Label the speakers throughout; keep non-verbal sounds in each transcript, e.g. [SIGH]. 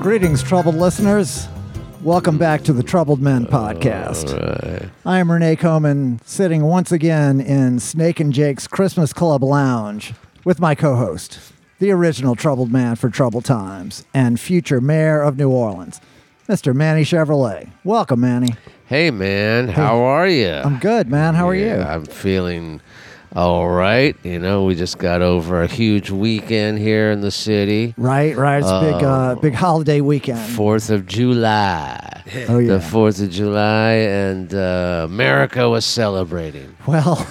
Speaker 1: Greetings, troubled listeners. Welcome back to the Troubled Men podcast. I am Renee Coman, sitting once again in Snake and Jake's Christmas Club Lounge with my co host, the original troubled man for troubled times and future mayor of New Orleans, Mr. Manny Chevrolet. Welcome, Manny.
Speaker 2: Hey man, how are you?
Speaker 1: I'm good, man. How are you?
Speaker 2: I'm feeling all right. You know, we just got over a huge weekend here in the city.
Speaker 1: Right, right. It's a big,
Speaker 2: Um,
Speaker 1: uh, big holiday weekend.
Speaker 2: Fourth of July.
Speaker 1: Oh, yeah.
Speaker 2: The Fourth of July, and uh, America was celebrating.
Speaker 1: well, [LAUGHS]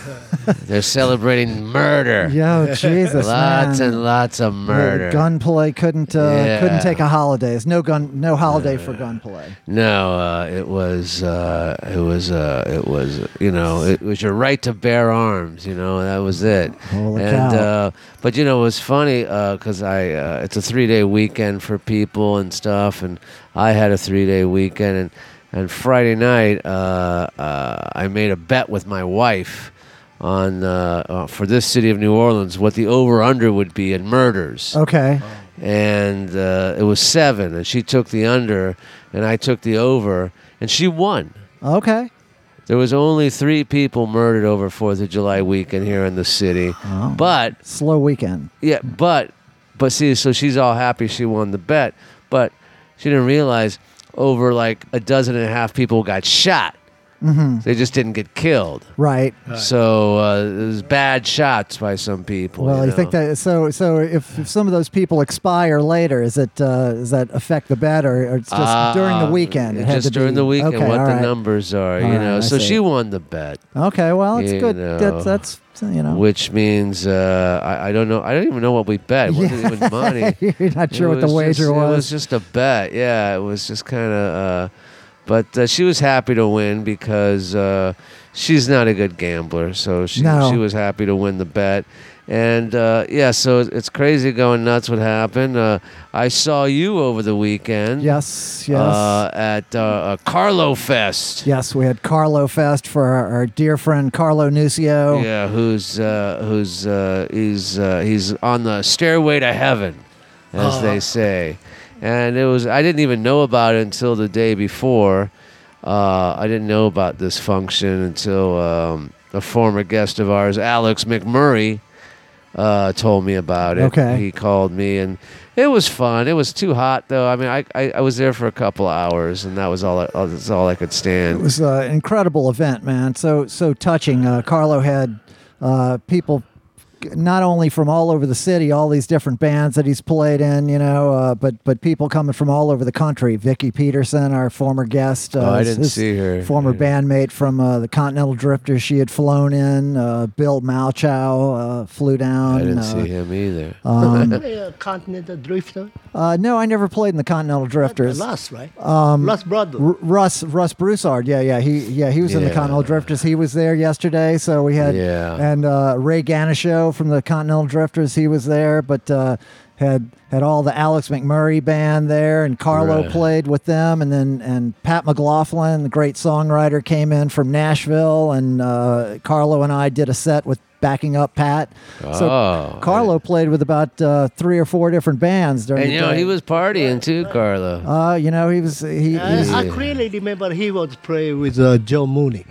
Speaker 2: They're celebrating murder. [LAUGHS]
Speaker 1: yo, Jesus,
Speaker 2: lots
Speaker 1: man.
Speaker 2: and lots of
Speaker 1: The
Speaker 2: murder.
Speaker 1: Gunplay couldn't uh,
Speaker 2: Yeah.
Speaker 1: couldn't take a holiday. There's no gun, no holiday for gunplay.
Speaker 2: No, uh, it was uh, it was uh, it was you know it was your right to bear arms. You know that was it.
Speaker 1: Holy
Speaker 2: and
Speaker 1: cow.
Speaker 2: Uh, but you know it was funny because I uh, it's a three day weekend for people and stuff, and I had a three day weekend and and Friday night uh, uh, I made a bet with my wife on uh, uh, for this city of New Orleans what the over under would be in murders
Speaker 1: Okay,
Speaker 2: and uh, it was seven, and she took the under, and I took the over, and she won.
Speaker 1: okay.
Speaker 2: There was only three people murdered over Fourth of July weekend here in the city,
Speaker 1: Wow.
Speaker 2: but
Speaker 1: Slow weekend.
Speaker 2: yeah, but but see, so she's all happy she won the bet, but she didn't realize over like a dozen and a half people got shot.
Speaker 1: Mm-hmm.
Speaker 2: They just didn't get killed.
Speaker 1: Right.
Speaker 2: So uh, it was bad shots by some people.
Speaker 1: Well, you,
Speaker 2: know?
Speaker 1: think that so? So if, if some of those people expire later, is it uh, does that affect the bet, or, or it's just during the
Speaker 2: Ah,
Speaker 1: weekend? It had
Speaker 2: just
Speaker 1: to
Speaker 2: during
Speaker 1: be-
Speaker 2: the weekend,
Speaker 1: Okay,
Speaker 2: what
Speaker 1: all
Speaker 2: the
Speaker 1: right.
Speaker 2: numbers are,
Speaker 1: All
Speaker 2: you
Speaker 1: right,
Speaker 2: know.
Speaker 1: I
Speaker 2: so
Speaker 1: see.
Speaker 2: she won the bet,
Speaker 1: Okay, well, it's
Speaker 2: You
Speaker 1: good.
Speaker 2: know.
Speaker 1: That's that's you [LAUGHS] know.
Speaker 2: which means uh, I, I don't know. I don't even know what we bet. It wasn't even money.
Speaker 1: [LAUGHS] You're not sure
Speaker 2: It
Speaker 1: what the
Speaker 2: was
Speaker 1: wager
Speaker 2: just- It was just a bet. Yeah, it was just kind of. Uh, but uh, she was happy to win because uh, she's not a good gambler, so she
Speaker 1: No.
Speaker 2: she was happy to win the bet. And uh, yeah, so it- it's crazy going nuts what happened. Uh, I saw you over the weekend.
Speaker 1: Yes, yes.
Speaker 2: Uh, at uh, uh, Carlo Fest.
Speaker 1: Yes, we had Carlo Fest for our, our dear friend Carlo Nucio.
Speaker 2: Yeah, who's uh, who's uh, he's uh, he's on the stairway to heaven, as
Speaker 1: Uh-huh.
Speaker 2: they say, and it was I didn't even know about it until the day before. Uh, I didn't know about this function until um, a former guest of ours, Alex McMurray, uh, told me about it.
Speaker 1: Okay.
Speaker 2: he called me and. It was fun. It was too hot, though. I mean, I, I, I was there for a couple hours, and that was all I, that's all I could stand.
Speaker 1: It was uh, an incredible event, man. So so touching. Uh, Carlo had uh, people not only from all over the city, all these different bands that he's played in, you know, uh, but but people coming from all over the country. Vicky Peterson, our former guest, uh,
Speaker 2: Oh, I
Speaker 1: his-
Speaker 2: didn't
Speaker 1: his
Speaker 2: see her.
Speaker 1: Former
Speaker 2: Yeah.
Speaker 1: bandmate from uh, the Continental Drifters, she had flown in. Uh, Bill Malchow uh, flew down.
Speaker 2: I didn't
Speaker 1: uh,
Speaker 2: see him either.
Speaker 1: Mm.
Speaker 3: Uh, Continental Drifter.
Speaker 1: Uh, no, I never played in the Continental Drifters.
Speaker 3: Last, right? Um, Last brother.
Speaker 1: R- Russ Russ Broussard. Yeah, yeah. He yeah he was in the
Speaker 2: Yeah.
Speaker 1: Continental Drifters. He was there yesterday. So we had
Speaker 2: Yeah.
Speaker 1: and uh, Ray Ganisho from the Continental Drifters. He was there, but uh, had had all the Alex McMurray band there, and Carlo
Speaker 2: Right.
Speaker 1: played with them, and then and Pat McLaughlin, the great songwriter, came in from Nashville, and uh, Carlo and I did a set with backing up Pat.
Speaker 2: Oh,
Speaker 1: so Carlo played with about uh, three or four different bands during.
Speaker 2: And
Speaker 1: the
Speaker 2: you know,
Speaker 1: day.
Speaker 2: he was partying too, Carlo.
Speaker 1: Uh, you know, he was he,
Speaker 3: Uh, I,
Speaker 1: he
Speaker 3: I clearly remember he was playing with uh, Joe Mooney.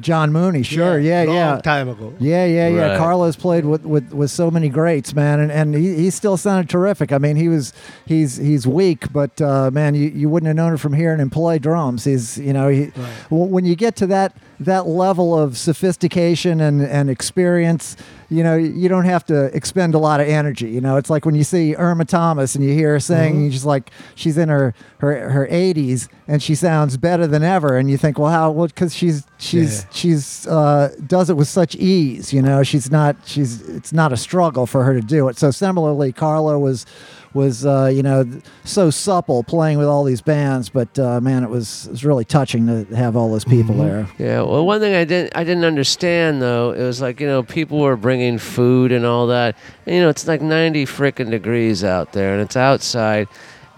Speaker 1: John Mooney, sure, yeah,
Speaker 3: long
Speaker 1: yeah,
Speaker 3: time ago.
Speaker 1: yeah, yeah, yeah.
Speaker 2: Right.
Speaker 1: Carlos played with, with, with so many greats, man, and, and he, he still sounded terrific. I mean, he was he's he's weak, but uh, man, you, you wouldn't have known him from hearing him play drums. He's you know he w- when you get to that that level of sophistication and, and experience, you know you don't have to expend a lot of energy. You know, it's like when you see Irma Thomas and you hear her sing,
Speaker 3: Mm-hmm.
Speaker 1: you just like she's in her her her 80s and she sounds better than ever, and you think, well, how? Well, because she's she's
Speaker 3: Yeah.
Speaker 1: she's uh, does it with such ease. You know, she's not she's it's not a struggle for her to do it. So similarly, Carlo was was uh, you know th- so supple playing with all these bands, but uh, man, it was it was really touching to have all those people
Speaker 2: Mm-hmm.
Speaker 1: there.
Speaker 2: Yeah. Well, one thing I didn't I didn't understand though, it was like you know people were bringing food and all that. And, you know, it's like ninety frickin' degrees out there, and it's outside,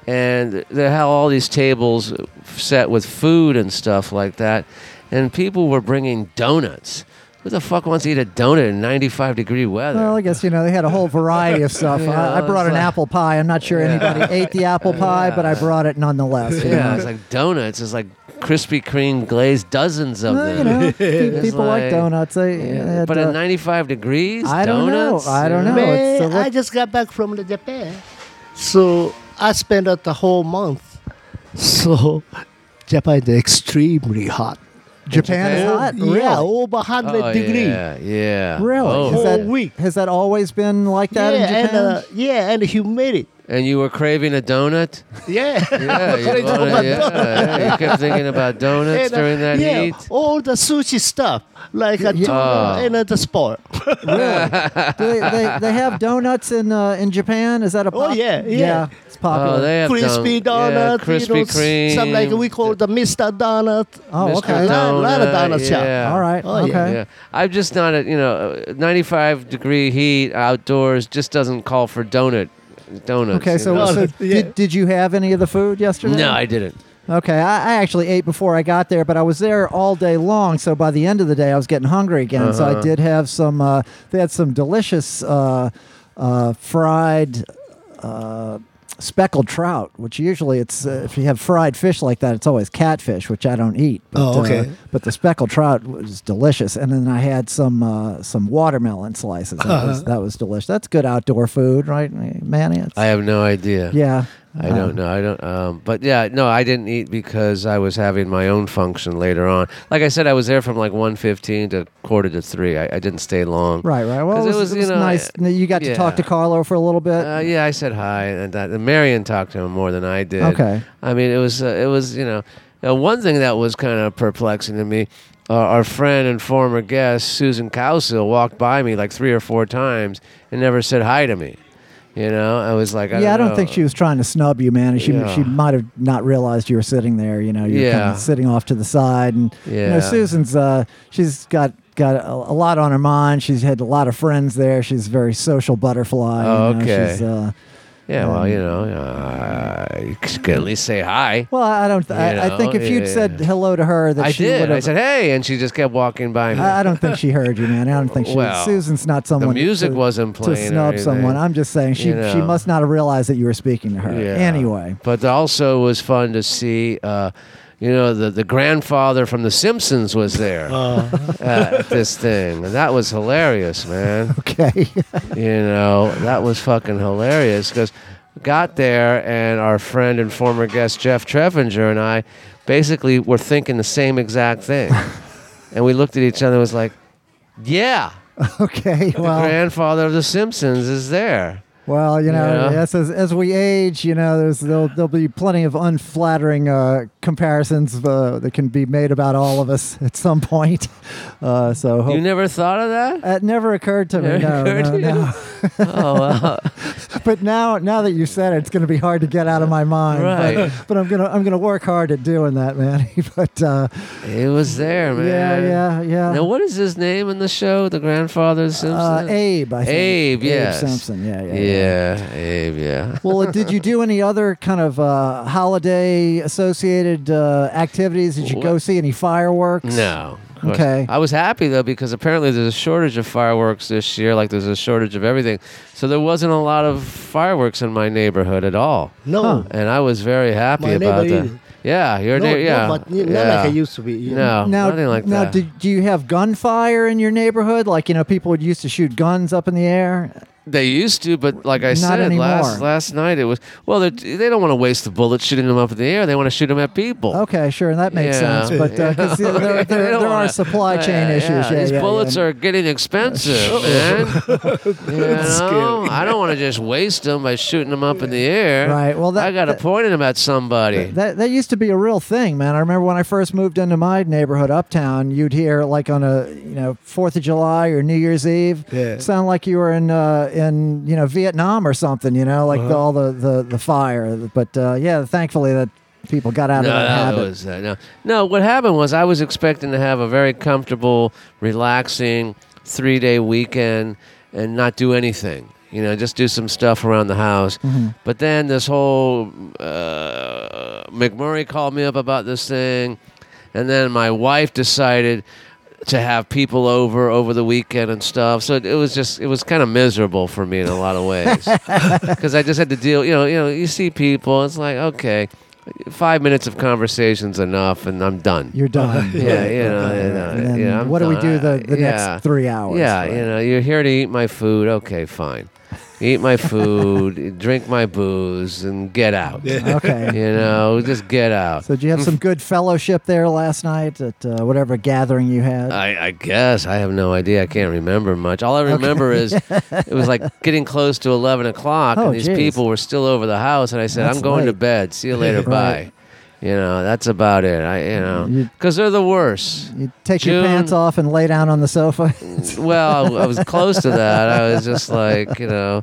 Speaker 2: and they have all these tables set with food and stuff like that, and people were bringing donuts. Who the fuck wants to eat a donut in 95 degree weather?
Speaker 1: Well, I guess you know they had a whole variety of stuff. I, I
Speaker 2: [LAUGHS] Yeah,
Speaker 1: brought
Speaker 2: it's
Speaker 1: an
Speaker 2: like-
Speaker 1: apple pie. I'm not sure
Speaker 2: Yeah.
Speaker 1: anybody ate the apple
Speaker 2: [LAUGHS]
Speaker 1: pie, but I
Speaker 2: Yeah.
Speaker 1: brought it nonetheless. you
Speaker 2: yeah, [LAUGHS]
Speaker 1: know.
Speaker 2: it's like donuts. It's like Krispy Kreme glazed dozens of
Speaker 1: Well,
Speaker 2: them.
Speaker 1: you know, pe-
Speaker 2: It's
Speaker 1: people like
Speaker 2: like-
Speaker 1: donuts. They,
Speaker 2: Yeah, but
Speaker 1: uh,
Speaker 2: at 95 degrees,
Speaker 1: I don't know.
Speaker 2: donuts.
Speaker 1: I don't know. it's
Speaker 3: Man,
Speaker 1: a look-
Speaker 3: I just got back from the Japan, so I spent uh, the whole month. So [LAUGHS] Japan is extremely hot.
Speaker 1: Japan is
Speaker 2: Japan?
Speaker 1: hot.
Speaker 3: Yeah,
Speaker 1: Really?
Speaker 3: over 100
Speaker 2: Oh,
Speaker 3: degree.
Speaker 2: Yeah, yeah.
Speaker 1: Really?
Speaker 2: Oh.
Speaker 1: Is that,
Speaker 3: Whole week.
Speaker 1: Has that always been like that
Speaker 3: yeah,
Speaker 1: in Japan?
Speaker 3: and uh, yeah, and humidity.
Speaker 2: And you were craving a donut?
Speaker 1: [LAUGHS]
Speaker 3: Yeah,
Speaker 2: Yeah, you,
Speaker 3: Crazy
Speaker 2: wanted-
Speaker 3: about
Speaker 2: yeah, yeah, you kept thinking about donuts
Speaker 3: And, uh,
Speaker 2: during that
Speaker 3: yeah,
Speaker 2: heat.
Speaker 3: all the sushi stuff like a tuna
Speaker 2: Oh.
Speaker 3: and uh, the sport.
Speaker 1: Do they, they, they
Speaker 3: [LAUGHS]
Speaker 1: have donuts in uh, in Japan. Is that a?
Speaker 3: Oh,
Speaker 1: pop-
Speaker 3: yeah, yeah.
Speaker 1: it's popular.
Speaker 2: Oh, they have
Speaker 3: crispy
Speaker 2: don- yeah,
Speaker 3: donut,
Speaker 2: Krispy
Speaker 3: you know,
Speaker 2: Kreme,
Speaker 3: something like we call the Mister Donut.
Speaker 1: Oh,
Speaker 2: Mr.
Speaker 1: okay.
Speaker 3: Lot- lot of
Speaker 2: Donut,
Speaker 3: donut shop.
Speaker 2: yeah.
Speaker 1: All right.
Speaker 3: Oh, yeah.
Speaker 1: okay.
Speaker 2: Yeah, I'm just not a you know, uh, 95 degree heat outdoors just doesn't call for donut donuts.
Speaker 1: Okay,
Speaker 2: you
Speaker 1: so,
Speaker 2: know?
Speaker 3: No,
Speaker 1: so
Speaker 3: yeah.
Speaker 1: did, did you have any of the food yesterday?
Speaker 2: no, I didn't.
Speaker 1: Okay, I, I actually ate before I got there, but I was there all day long. So by the end of the day, I was getting hungry again. So
Speaker 2: Uh-huh.
Speaker 1: I did have some. Uh, they had some delicious uh, uh, fried. Uh, Speckled trout, which usually it's uh, if you have fried fish like that, it's always catfish, which I don't eat. But,
Speaker 3: Oh, okay.
Speaker 1: uh, but the speckled trout was delicious, and then I had some uh, some watermelon slices. That,
Speaker 2: Uh-huh.
Speaker 1: was, that was delicious. That's good outdoor food, right, Manny? It's-
Speaker 2: I have no idea.
Speaker 1: yeah,
Speaker 2: I
Speaker 1: Uh,
Speaker 2: don't know. I don't. Um, but yeah, no, I didn't eat because I was having my own function later on. Like I said, I was there from like 1.15 to quarter to three. I, I didn't stay long.
Speaker 1: Right, right. Well,
Speaker 2: 'Cause
Speaker 1: it was, it was nice. that you got to talk to
Speaker 2: uh, yeah.
Speaker 1: Carlo for a little bit.
Speaker 2: Uh, yeah, I said hi, and that and Marion talked to him more than I did.
Speaker 1: Okay.
Speaker 2: I mean, it was uh, it was you know, uh, one thing that was kind of perplexing to me. Uh, our friend and former guest Susan Cowsill walked by me like three or four times and never said hi to me. You know, I was like, I
Speaker 1: yeah, I don't
Speaker 2: know.
Speaker 1: think she was trying to snub you, man. She
Speaker 2: Yeah.
Speaker 1: she might have not realized you were sitting there. You know, you're kind
Speaker 2: Yeah.
Speaker 1: of sitting off to the side, and you know,
Speaker 2: Yeah.
Speaker 1: Susan's uh, she's got got a, a lot on her mind. She's had a lot of friends there. She's a very social butterfly.
Speaker 2: Oh,
Speaker 1: you know,
Speaker 2: okay.
Speaker 1: She's, uh,
Speaker 2: Yeah, well, you know, uh, you could at least say hi.
Speaker 1: well, I don't. th-
Speaker 2: You
Speaker 1: I, I think
Speaker 2: know,
Speaker 1: if you'd
Speaker 2: yeah.
Speaker 1: said hello to her, that
Speaker 2: I
Speaker 1: she
Speaker 2: did.
Speaker 1: would
Speaker 2: I
Speaker 1: have.
Speaker 2: said, hey, and she just kept walking by me.
Speaker 1: I I don't think she heard you, man. I don't think she.
Speaker 2: [LAUGHS] Well,
Speaker 1: Susan's not
Speaker 2: the
Speaker 1: someone.
Speaker 2: music
Speaker 1: to,
Speaker 2: wasn't
Speaker 1: to
Speaker 2: playing. or
Speaker 1: snub someone.
Speaker 2: anything.
Speaker 1: I'm just saying she
Speaker 2: You
Speaker 1: she
Speaker 2: know.
Speaker 1: must not have realized that you were speaking to her. Anyway,
Speaker 2: But also it was fun to see. Uh, you know, the, the grandfather from The Simpsons was there at this thing. And that was
Speaker 1: [LAUGHS]
Speaker 2: hilarious, man.
Speaker 1: okay.
Speaker 2: You know, that was fucking hilarious because got there and our friend and former guest Jeff Trevinger and I basically were thinking the same exact thing.
Speaker 1: [LAUGHS]
Speaker 2: and we looked at each other and was like, yeah,
Speaker 1: okay. Well,
Speaker 2: the grandfather of The Simpsons is there.
Speaker 1: well, you know,
Speaker 2: Yeah.
Speaker 1: yes, as, as we age, you know, there's there'll, there'll be plenty of unflattering uh, comparisons uh, that can be made about all of us at some point. [LAUGHS] Uh, so hope,
Speaker 2: You never thought
Speaker 1: [LAUGHS]
Speaker 2: of that?
Speaker 1: that never occurred to me.
Speaker 2: Never
Speaker 1: No,
Speaker 2: occurred
Speaker 1: no,
Speaker 2: to you?
Speaker 1: no.
Speaker 2: Oh, wow.
Speaker 1: But now, now that you said it, it's going to be hard to get out of my mind. But-
Speaker 2: Right.
Speaker 1: But, I'm gonna I'm gonna work hard at doing that, man. [LAUGHS] but uh,
Speaker 2: It was there,
Speaker 1: yeah,
Speaker 2: man.
Speaker 1: yeah, yeah.
Speaker 2: Now, what is his name in the show? The grandfather of the
Speaker 1: uh,
Speaker 2: Simpsons?
Speaker 1: Abe, I think.
Speaker 2: Abe, yes.
Speaker 1: Abe Simpson. Yeah, yeah.
Speaker 2: Yeah, Abe, yeah.
Speaker 1: well, uh, did you do any other kind of uh, holiday associated uh, activities? Did you go
Speaker 2: What?
Speaker 1: see any fireworks?
Speaker 2: No. of course.
Speaker 1: Okay.
Speaker 2: I was happy though because apparently there's a shortage of fireworks this year, like there's a shortage of everything. So there wasn't a lot of fireworks in my neighborhood at all.
Speaker 3: No,
Speaker 2: And I was very happy
Speaker 3: My neighbor
Speaker 2: about that.
Speaker 3: either.
Speaker 2: Yeah, your
Speaker 3: no,
Speaker 2: neighbor, yeah.
Speaker 3: no, but not
Speaker 2: yeah.
Speaker 3: like I used to be. you know.
Speaker 2: No,
Speaker 1: Now,
Speaker 2: nothing like
Speaker 1: now
Speaker 2: that.
Speaker 1: Did, do you have gunfire in your neighborhood? Like, you know, people would used to shoot guns up in the air.
Speaker 2: They used to, but like I
Speaker 1: Not
Speaker 2: said last
Speaker 1: anymore.
Speaker 2: last night, it was well. they're- They don't want to waste the bullets shooting them up in the air. They want to shoot them at people.
Speaker 1: Okay, sure, and that makes
Speaker 2: [LAUGHS] Yeah.
Speaker 1: sense. But uh, 'cause, you know, there, there,
Speaker 2: They
Speaker 1: there
Speaker 2: don't
Speaker 1: are
Speaker 2: wanna- [LAUGHS]
Speaker 1: supply chain
Speaker 2: Yeah,
Speaker 1: issues. Yeah,
Speaker 2: these
Speaker 1: yeah,
Speaker 2: bullets are
Speaker 1: [LAUGHS]
Speaker 2: getting expensive, man. You know? I don't want to just waste them by shooting them up in the air.
Speaker 1: Right, well, that-
Speaker 2: I got to
Speaker 1: that-
Speaker 2: point them at somebody.
Speaker 1: That, that used to be a real thing, man. I remember when I first moved into my neighborhood uptown, you'd hear like on a you know Fourth of July or New Year's Eve,
Speaker 3: Yeah.
Speaker 1: sound like you were in uh, in you know Vietnam or something, you know, like
Speaker 2: Uh-huh.
Speaker 1: the, all the, the the fire. But uh, yeah, thankfully that people got out
Speaker 2: no,
Speaker 1: of that
Speaker 2: that
Speaker 1: habit.
Speaker 2: was uh, no. No, what happened was I was expecting to have a very comfortable, relaxing three day weekend and not do anything. You know, just do some stuff around the house. But then this whole uh, McMurray called me up about this thing, and then my wife decided to have people over over the weekend and stuff. So it, it was just it was kind of miserable for me in a lot of
Speaker 1: [LAUGHS]
Speaker 2: ways because I just had to deal. You know, you know, you see people. It's like okay, five minutes of conversation's enough, and I'm done.
Speaker 1: You're [LAUGHS] done.
Speaker 2: yeah, you know, you know,
Speaker 1: And then
Speaker 2: yeah, I'm
Speaker 1: what do we do
Speaker 2: done.
Speaker 1: the, the
Speaker 2: Yeah.
Speaker 1: next three hours?
Speaker 2: yeah,
Speaker 1: Right.
Speaker 2: you know, you're here to eat my food. Okay, fine. Eat
Speaker 1: [LAUGHS]
Speaker 2: my food, drink my booze, and get out. [LAUGHS]
Speaker 1: Okay.
Speaker 2: You know, just get out.
Speaker 1: So did you have some good fellowship there last night at uh, whatever gathering you had?
Speaker 2: I, I guess I have no idea. I can't remember much. All I remember
Speaker 1: [LAUGHS]
Speaker 2: is it was like getting close to eleven o'clock,
Speaker 1: Oh,
Speaker 2: and these
Speaker 1: geez.
Speaker 2: people were still over the house. And I said,
Speaker 1: That's
Speaker 2: "I'm going to
Speaker 1: late."
Speaker 2: bed. See you later.
Speaker 1: [LAUGHS] Right.
Speaker 2: Bye." You know, that's about it. I, you know,
Speaker 1: You-
Speaker 2: because they're the worst.
Speaker 1: you take your
Speaker 2: June-
Speaker 1: pants off and lay down on the sofa.
Speaker 2: [LAUGHS] well, I was close to that. I was just like, you know.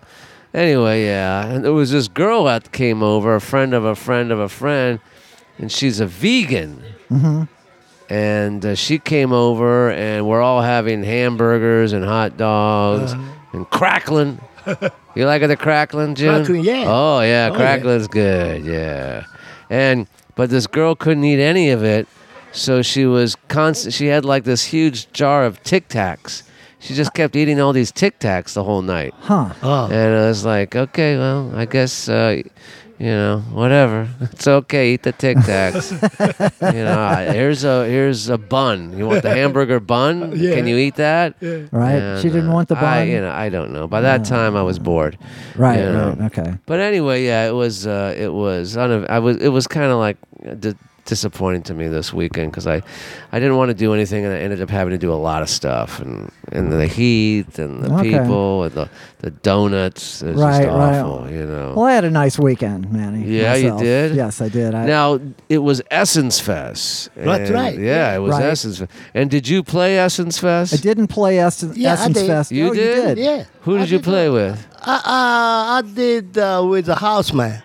Speaker 2: Anyway, yeah, and there was this girl that came over, a friend of a friend of a friend, and she's a vegan.
Speaker 3: Mm-hmm.
Speaker 2: And uh, she came over, and we're all having hamburgers and hot dogs
Speaker 3: Uh-huh.
Speaker 2: and crackling. You like the crackling, Jim?
Speaker 3: Crackling, yeah.
Speaker 2: Oh yeah,
Speaker 3: Oh, yeah.
Speaker 2: crackling's good. Yeah, and but this girl couldn't eat any of it, so she was constant. She had like this huge jar of Tic Tacs. She just kept eating all these Tic Tacs the whole night,
Speaker 1: Huh.
Speaker 3: Oh,
Speaker 2: and I was like, okay, well, I guess. Uh, you know, whatever. [LAUGHS] It's okay. Eat the Tic
Speaker 3: [LAUGHS]
Speaker 2: Tacs. you know, ah, here's a here's a bun. You want the hamburger bun?
Speaker 3: [LAUGHS] Yeah.
Speaker 2: Can you eat that?
Speaker 1: Right.
Speaker 2: And,
Speaker 1: she didn't
Speaker 2: uh,
Speaker 1: want the bun.
Speaker 2: I, you know, I don't know. By that time, I was bored.
Speaker 1: right.
Speaker 2: you know.
Speaker 1: Right. Okay.
Speaker 2: But anyway, yeah, it was uh, it was unav- I was it was kind of like uh, di- disappointing to me this weekend because I I didn't want to do anything and I ended up having to do a lot of stuff and and the heat and the
Speaker 1: Okay.
Speaker 2: people and the the donuts. It was
Speaker 1: Right,
Speaker 2: just
Speaker 1: right.
Speaker 2: awful, you know.
Speaker 1: Well, I had a nice weekend, Manny.
Speaker 2: Yeah, you
Speaker 1: myself.
Speaker 2: did?
Speaker 1: Yes, I did. I,
Speaker 2: Now it was Essence Fest. and-
Speaker 3: That's right.
Speaker 2: Yeah, it was
Speaker 1: Right.
Speaker 2: Essence Fest. And did you play Essence Fest?
Speaker 1: I didn't play Essence,
Speaker 3: Yeah, I
Speaker 1: Essence
Speaker 3: did.
Speaker 1: Fest.
Speaker 2: You
Speaker 1: oh,
Speaker 2: did?
Speaker 1: You did.
Speaker 3: yeah.
Speaker 2: Who did
Speaker 3: I
Speaker 2: you play with?
Speaker 3: I, uh, I did uh, with the house man.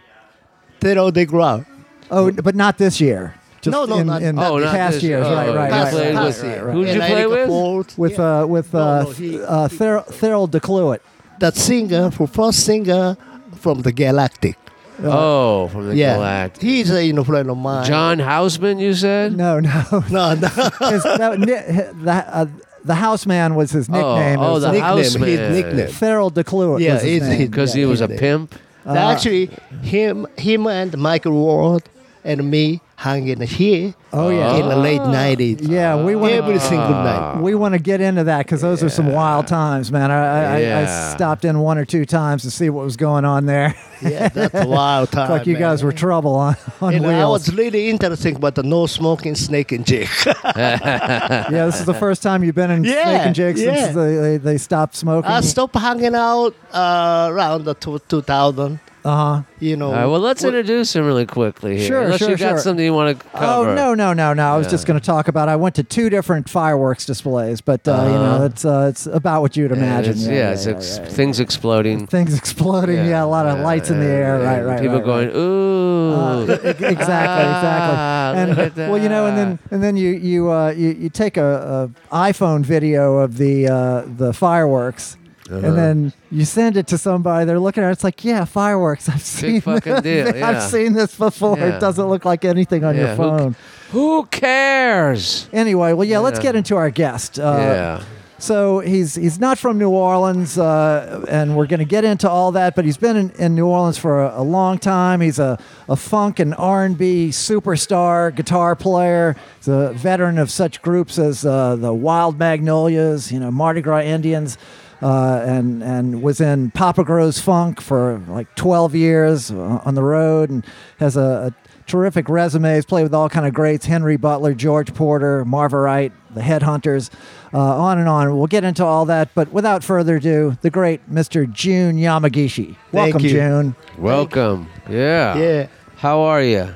Speaker 3: Tito de Grau.
Speaker 1: Oh, but not this year. Just
Speaker 3: No, no,
Speaker 1: in,
Speaker 3: not-
Speaker 1: in
Speaker 2: Oh, not
Speaker 1: past
Speaker 2: this-
Speaker 1: years.
Speaker 2: oh,
Speaker 1: right,
Speaker 2: you
Speaker 1: right, right,
Speaker 2: played
Speaker 1: right,
Speaker 2: with-
Speaker 1: right, right.
Speaker 2: who did
Speaker 3: And
Speaker 2: you play
Speaker 3: Erica
Speaker 2: with?
Speaker 3: Ford.
Speaker 1: With
Speaker 3: Yeah.
Speaker 1: uh, with
Speaker 3: No,
Speaker 1: uh,
Speaker 3: no, he-
Speaker 1: uh, Thur- Thurl
Speaker 3: [LAUGHS]
Speaker 1: DeCluet.
Speaker 3: that singer, for first singer from the Galactic.
Speaker 1: Uh,
Speaker 2: oh, from the
Speaker 3: yeah,
Speaker 2: Galactic.
Speaker 3: he's a you know, friend of mine.
Speaker 2: John Houseman, you said?
Speaker 1: No,
Speaker 3: [LAUGHS]
Speaker 1: no,
Speaker 3: No, no.
Speaker 1: 'Cause that, ni- that, uh, the house man was his nickname.
Speaker 2: oh,
Speaker 1: It was
Speaker 2: the
Speaker 1: like
Speaker 2: house
Speaker 3: His
Speaker 2: man.
Speaker 3: nickname.
Speaker 1: Thurl DeCluet.
Speaker 3: Yeah,
Speaker 1: was his [LAUGHS]
Speaker 3: it's-
Speaker 1: name.
Speaker 3: it's-
Speaker 2: Because
Speaker 3: Yeah,
Speaker 2: he was a
Speaker 3: he's there.
Speaker 2: pimp.
Speaker 1: Ah.
Speaker 3: Actually, him, him, and Michael Ward and me hanging here.
Speaker 1: Oh, yeah.
Speaker 3: in the late nineties.
Speaker 1: Yeah, we went-
Speaker 3: every single night.
Speaker 1: we want to get into that because those are some wild times, man. I, I, I,
Speaker 2: Yeah.
Speaker 1: I stopped in one or two times to see what was going on there. [LAUGHS]
Speaker 3: [LAUGHS] Yeah, that's a wild time.
Speaker 2: Uh,
Speaker 1: It's like you
Speaker 3: man.
Speaker 1: guys were trouble on, on
Speaker 3: And I
Speaker 1: wheels.
Speaker 3: was really interesting about the no smoking snake and [LAUGHS] jig.
Speaker 1: yeah, this is the first time you've been in
Speaker 3: Yeah,
Speaker 1: Snake and Jake since
Speaker 3: yeah.
Speaker 1: they, they, they stopped smoking.
Speaker 3: I stopped hanging out uh, around the two, 2000.
Speaker 1: uh-huh.
Speaker 3: You know.
Speaker 2: All right, well, let's introduce him really quickly here.
Speaker 1: Sure,
Speaker 2: Unless
Speaker 1: sure,
Speaker 2: you got
Speaker 1: sure.
Speaker 2: something you want to cover.
Speaker 1: Oh no no no no! I was just going to talk about. I went to two different fireworks displays, but uh, you know, it's uh, it's about what you'd
Speaker 2: Uh-huh. Yeah,
Speaker 1: imagine.
Speaker 2: it's, yeah, it's ex-
Speaker 1: yeah.
Speaker 2: things exploding.
Speaker 1: things exploding. Yeah, a lot of
Speaker 2: yeah,
Speaker 1: lights in the
Speaker 2: yeah,
Speaker 1: air.
Speaker 2: yeah,
Speaker 1: Right, right.
Speaker 2: People
Speaker 1: right,
Speaker 2: going,
Speaker 1: right.
Speaker 2: ooh.
Speaker 1: Uh, [LAUGHS] e- exactly,
Speaker 2: Ah,
Speaker 1: exactly. And uh,
Speaker 2: look at
Speaker 1: well, you know, and then
Speaker 2: that.
Speaker 1: and then you you uh, you, you take a, a iPhone video of the uh, the fireworks.
Speaker 2: Uh-huh.
Speaker 1: And then you send it to somebody. They're looking at it. It's like, yeah, fireworks. I've seen.
Speaker 2: fucking
Speaker 1: this.
Speaker 2: deal,
Speaker 1: [LAUGHS]
Speaker 2: yeah.
Speaker 1: I've seen this before.
Speaker 2: Yeah.
Speaker 1: It doesn't look like anything on
Speaker 2: Yeah,
Speaker 1: your
Speaker 2: who c-
Speaker 1: phone.
Speaker 2: Uh-huh. Who cares?
Speaker 1: Anyway, well, yeah, let's
Speaker 2: Yeah.
Speaker 1: get into our guest. Uh,
Speaker 2: yeah.
Speaker 1: So he's he's not from New Orleans, uh, and we're going to get into all that. But he's been in, in New Orleans for a, a long time. He's a, a funk and R and B superstar guitar player. He's a veteran of such groups as uh, the Wild Magnolias, you know, Mardi Gras Indians. Uh, and and was in Papa Gro's funk for like 12 years uh, on the road, and has a, a terrific resumes, played with all kind of greats, Henry Butler, George Porter, Marva Wright, the Headhunters, uh, on and on. We'll get into all that, but without further ado, the great Mr. June Yamagishi. Welcome,
Speaker 3: you. [LAUGHS]
Speaker 1: June.
Speaker 2: Welcome. Yeah.
Speaker 3: Yeah,
Speaker 2: How are you?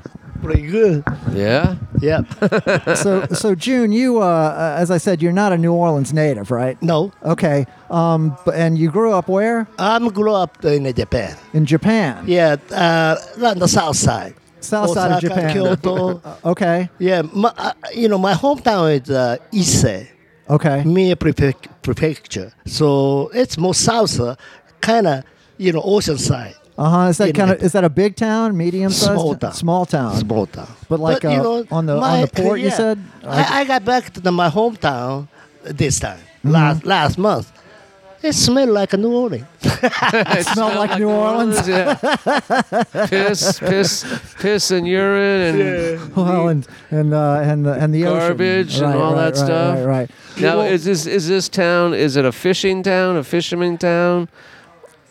Speaker 3: pretty good.
Speaker 2: Yeah.
Speaker 3: Yeah.
Speaker 1: [LAUGHS] so, so June, you, uh, uh, as I said, you're not a New Orleans native, right?
Speaker 3: no,
Speaker 1: Okay. Um, b- and you grew up where?
Speaker 3: I'm grew up in Japan.
Speaker 1: In Japan.
Speaker 3: Yeah, uh, on the south side.
Speaker 1: South side of
Speaker 3: Osaka,
Speaker 1: Japan. [LAUGHS] Uh,
Speaker 3: Kyoto.
Speaker 1: Okay.
Speaker 3: yeah, my, uh, you know, my hometown is uh, Ise,
Speaker 1: Okay.
Speaker 3: Mie prefec- Prefecture. So it's more south, kind of, you know, ocean side.
Speaker 1: Uh huh. Is that
Speaker 3: In
Speaker 1: kind of is that a big town, medium sized,
Speaker 3: Small town.
Speaker 1: small town?
Speaker 3: Small town.
Speaker 1: But like, uh, on the- on the port, you said?
Speaker 3: I, I got back to the, my hometown this time
Speaker 1: Mm-hmm.
Speaker 3: last last month. It smelled like a New Orleans.
Speaker 2: it
Speaker 1: smelled like New
Speaker 2: [LAUGHS]
Speaker 1: Orleans.
Speaker 2: yeah. piss, piss, piss, and urine,
Speaker 1: [LAUGHS]
Speaker 2: and
Speaker 1: well, and and uh, and the and the ocean.
Speaker 2: Garbage and
Speaker 1: Right,
Speaker 2: all
Speaker 1: right,
Speaker 2: that stuff.
Speaker 1: Right, right. right.
Speaker 2: Now,
Speaker 1: Well,
Speaker 2: is this is this town? Is it a fishing town? A fisherman town?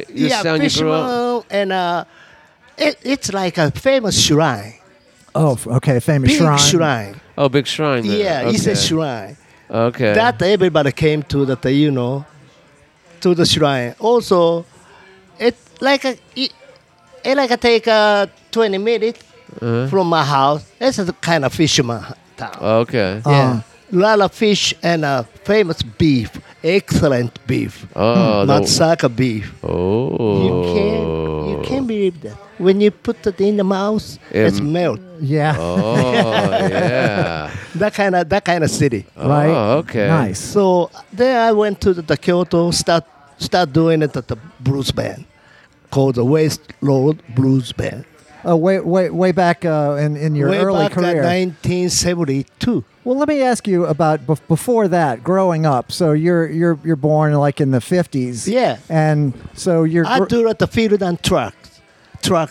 Speaker 2: This town you grew up.
Speaker 3: Fishmore and uh, it, it's like a famous shrine,
Speaker 1: oh, f- okay, famous
Speaker 3: big
Speaker 1: shrine.
Speaker 3: shrine.
Speaker 2: Oh, big shrine. There.
Speaker 3: Yeah, it's a
Speaker 2: Okay.
Speaker 3: shrine.
Speaker 2: Okay.
Speaker 3: That everybody came to that uh, you know, to the shrine. Also, it like a, it, it like a take uh, twenty minutes from my house. It's a kind of fisherman town.
Speaker 2: okay.
Speaker 1: Uh,
Speaker 3: yeah, lot of fish and uh, famous beef, excellent beef,
Speaker 2: oh, the-
Speaker 3: Matsaka beef. Hmm, You
Speaker 2: oh.
Speaker 3: can't, you can't believe that. When you put it in the mouth, it's
Speaker 2: Em-
Speaker 3: melt.
Speaker 1: Yeah.
Speaker 2: Oh,
Speaker 3: [LAUGHS]
Speaker 2: yeah.
Speaker 3: That kind of that kind of city.
Speaker 1: Right.
Speaker 2: Oh, okay.
Speaker 1: Nice.
Speaker 3: So then I went to the, the Kyoto, start start doing it at the blues band, called the West Road Blues Band.
Speaker 1: Oh, way, way, way back uh, in in your
Speaker 3: Way
Speaker 1: early
Speaker 3: back
Speaker 1: career.
Speaker 3: at 1972.
Speaker 1: Well, let me ask you about bef- before that, growing up. So you're you're you're born like in the fifties.
Speaker 3: Yeah.
Speaker 1: And so you're
Speaker 3: I
Speaker 1: gr-
Speaker 3: do at the field and track, track.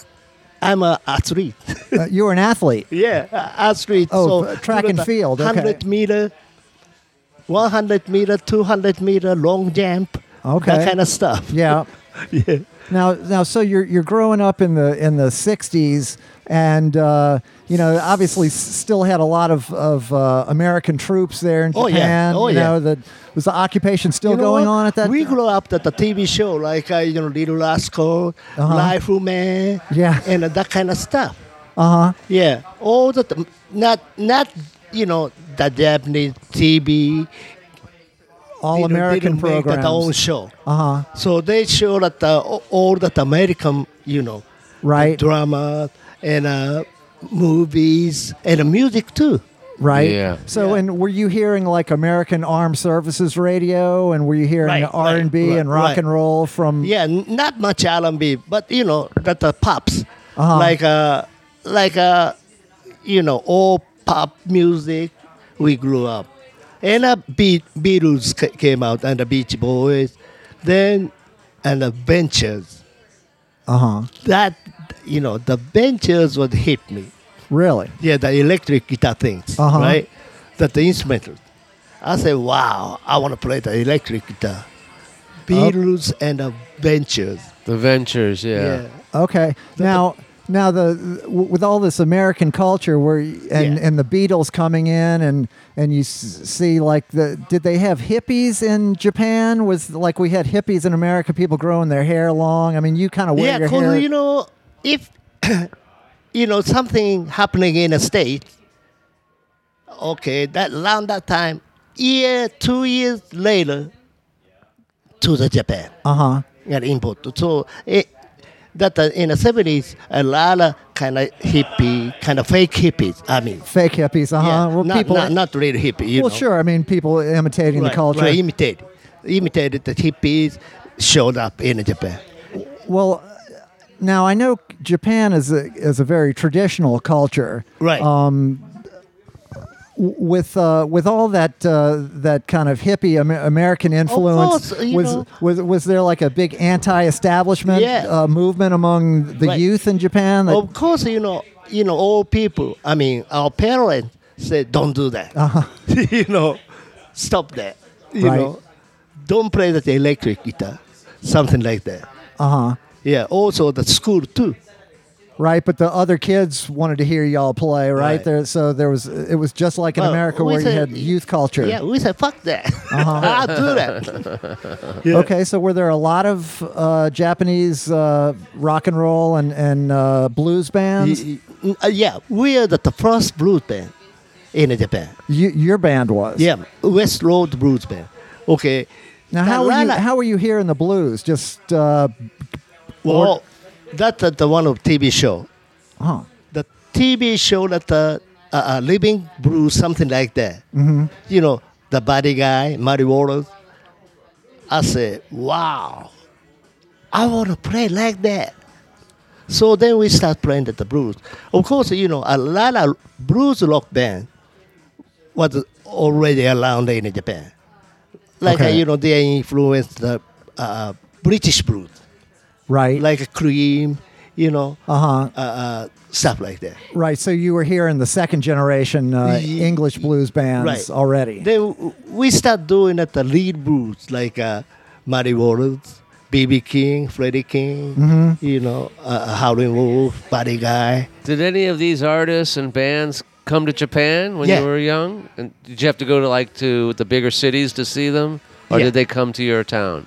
Speaker 3: I'm an athlete. [LAUGHS]
Speaker 1: uh, you were an athlete.
Speaker 3: yeah, a- athlete.
Speaker 1: Oh,
Speaker 3: so
Speaker 1: f- track
Speaker 3: do
Speaker 1: and
Speaker 3: the
Speaker 1: field, okay.
Speaker 3: 100 meter, 100 meter, 200 meter long jump.
Speaker 1: Okay.
Speaker 3: That kind of stuff.
Speaker 1: Yeah.
Speaker 3: [LAUGHS] yeah.
Speaker 1: Now, now, so you're you're growing up in the in the '60s, and uh, you know, obviously, s- still had a lot of of uh, American troops there in
Speaker 3: Oh, yeah.
Speaker 1: Japan.
Speaker 3: Oh,
Speaker 1: you
Speaker 3: yeah.
Speaker 1: know, the, was the occupation still
Speaker 3: You know
Speaker 1: going
Speaker 3: what?
Speaker 1: on at that?
Speaker 3: We
Speaker 1: time?
Speaker 3: grew up at the TV show like uh, you know Little Rascal,
Speaker 1: Uh-huh.
Speaker 3: Rifleman,
Speaker 1: Yeah.
Speaker 3: and that kind of stuff.
Speaker 1: uh huh.
Speaker 3: Yeah, all the th- not not you know the Japanese TV
Speaker 1: All
Speaker 3: didn't-
Speaker 1: American
Speaker 3: didn't make that own
Speaker 1: programs.
Speaker 3: show.
Speaker 1: Uh huh.
Speaker 3: So they show that the, all that American you know
Speaker 1: Right.
Speaker 3: drama and uh, movies and uh, music too.
Speaker 1: Right.
Speaker 2: Yeah.
Speaker 1: So,
Speaker 3: Yeah.
Speaker 1: and were you hearing like American Armed Services radio, and were you hearing
Speaker 3: Right,
Speaker 1: R and B
Speaker 3: right,
Speaker 1: and rock
Speaker 3: right.
Speaker 1: and roll from?
Speaker 3: Yeah, n- not much R&B, but you know that the pops,
Speaker 1: Uh-huh.
Speaker 3: like uh, like uh, you know, all pop music. We grew up, and uh, Be- Beatles ca- came out, and the Beach Boys, then and the Ventures.
Speaker 1: Uh huh.
Speaker 3: That you know, the Ventures would hit me.
Speaker 1: Really.
Speaker 3: Yeah, the electric guitar things,
Speaker 1: Uh-huh.
Speaker 3: right? That the instrumental. I said, wow, I want to play the electric guitar. Beatles and the Ventures.
Speaker 2: The Ventures. Yeah.
Speaker 3: yeah.
Speaker 1: Okay. Now, now the with all this American culture, where and
Speaker 3: Yeah.
Speaker 1: and the Beatles coming in, and and you s- see like the did they have hippies in Japan? Was like we had hippies in America, people growing their hair long. I mean, you kind of wear
Speaker 3: yeah,
Speaker 1: your
Speaker 3: because
Speaker 1: hair.
Speaker 3: you know, if [COUGHS] you know something happening in a state, okay, that around that time, year, two years later, to the Japan
Speaker 1: uh huh.
Speaker 3: and import. So it, that uh, in the seventies, a lot of kind of hippie, kind of fake hippies. I mean,
Speaker 1: Fake hippies. Uh huh.
Speaker 3: yeah,
Speaker 1: well,
Speaker 3: not,
Speaker 1: people.
Speaker 3: not, not really hippie. You
Speaker 1: well,
Speaker 3: know.
Speaker 1: sure. I mean, people imitating
Speaker 3: right,
Speaker 1: the culture.
Speaker 3: right, imitated, imitated the hippies showed up in Japan.
Speaker 1: Well, now I know Japan is a is a very traditional culture.
Speaker 3: Right.
Speaker 1: Um, w- with uh, with all that uh, that kind of hippie Amer- American influence,
Speaker 3: course, you
Speaker 1: was
Speaker 3: know.
Speaker 1: was was there like a big anti-establishment
Speaker 3: Yeah.
Speaker 1: uh, movement among the
Speaker 3: Right.
Speaker 1: youth in Japan? That-
Speaker 3: of course, you know, you know, all people. I mean, our parents said, "Don't do that." [LAUGHS] you know, stop that. You
Speaker 1: Uh-huh. Right.
Speaker 3: know, don't play that electric guitar, something like that.
Speaker 1: uh-huh.
Speaker 3: Yeah. Also, the school too.
Speaker 1: Right, but the other kids wanted to hear y'all play, right?
Speaker 3: Right.
Speaker 1: There, so there was it was just like in
Speaker 3: Well,
Speaker 1: America
Speaker 3: we
Speaker 1: where you
Speaker 3: said-
Speaker 1: had youth culture.
Speaker 3: Yeah, we said, "Fuck that." [LAUGHS] I'll do that. Yeah.
Speaker 1: Okay, so were there a lot of uh, Japanese uh, rock and roll and and uh, blues bands?
Speaker 3: Y- y- uh, Yeah, we are the, the first blues band in Japan.
Speaker 1: you, your band was.
Speaker 3: Yeah, West Road Blues Band. Okay.
Speaker 1: Now, how were you?
Speaker 3: Atlanta-
Speaker 1: How were you hearing the blues? Just uh,
Speaker 3: Well, that's uh, the one of TV show.
Speaker 1: huh?
Speaker 3: the TV show that uh, uh, uh, Living Blues, something like that. Mm-hmm. You know, the body guy, Muddy Waters. I said, wow, I want to play like that. So then we start playing the, the blues. Of course, you know, a lot of blues rock band was already around in Japan. Like,
Speaker 1: Okay.
Speaker 3: uh, you know, they influenced the uh, British blues,
Speaker 1: right?
Speaker 3: like cream, you know,
Speaker 1: uh huh.
Speaker 3: uh, uh, stuff like that.
Speaker 1: Right. So you were here in the second generation uh,
Speaker 3: Ye-
Speaker 1: English blues bands
Speaker 3: right.
Speaker 1: already.
Speaker 3: Then we start doing at the lead blues, like uh, Muddy Waters, B.B. King, Freddie King,
Speaker 2: Mm.
Speaker 1: Mm-hmm.
Speaker 3: you know, uh, Howlin' Wolf, Buddy Guy.
Speaker 2: Did any of these artists and bands come to Japan when
Speaker 3: Yeah.
Speaker 2: you were young? And did you have to go to like to the bigger cities to see them, or
Speaker 3: Yeah.
Speaker 2: did they come to your town?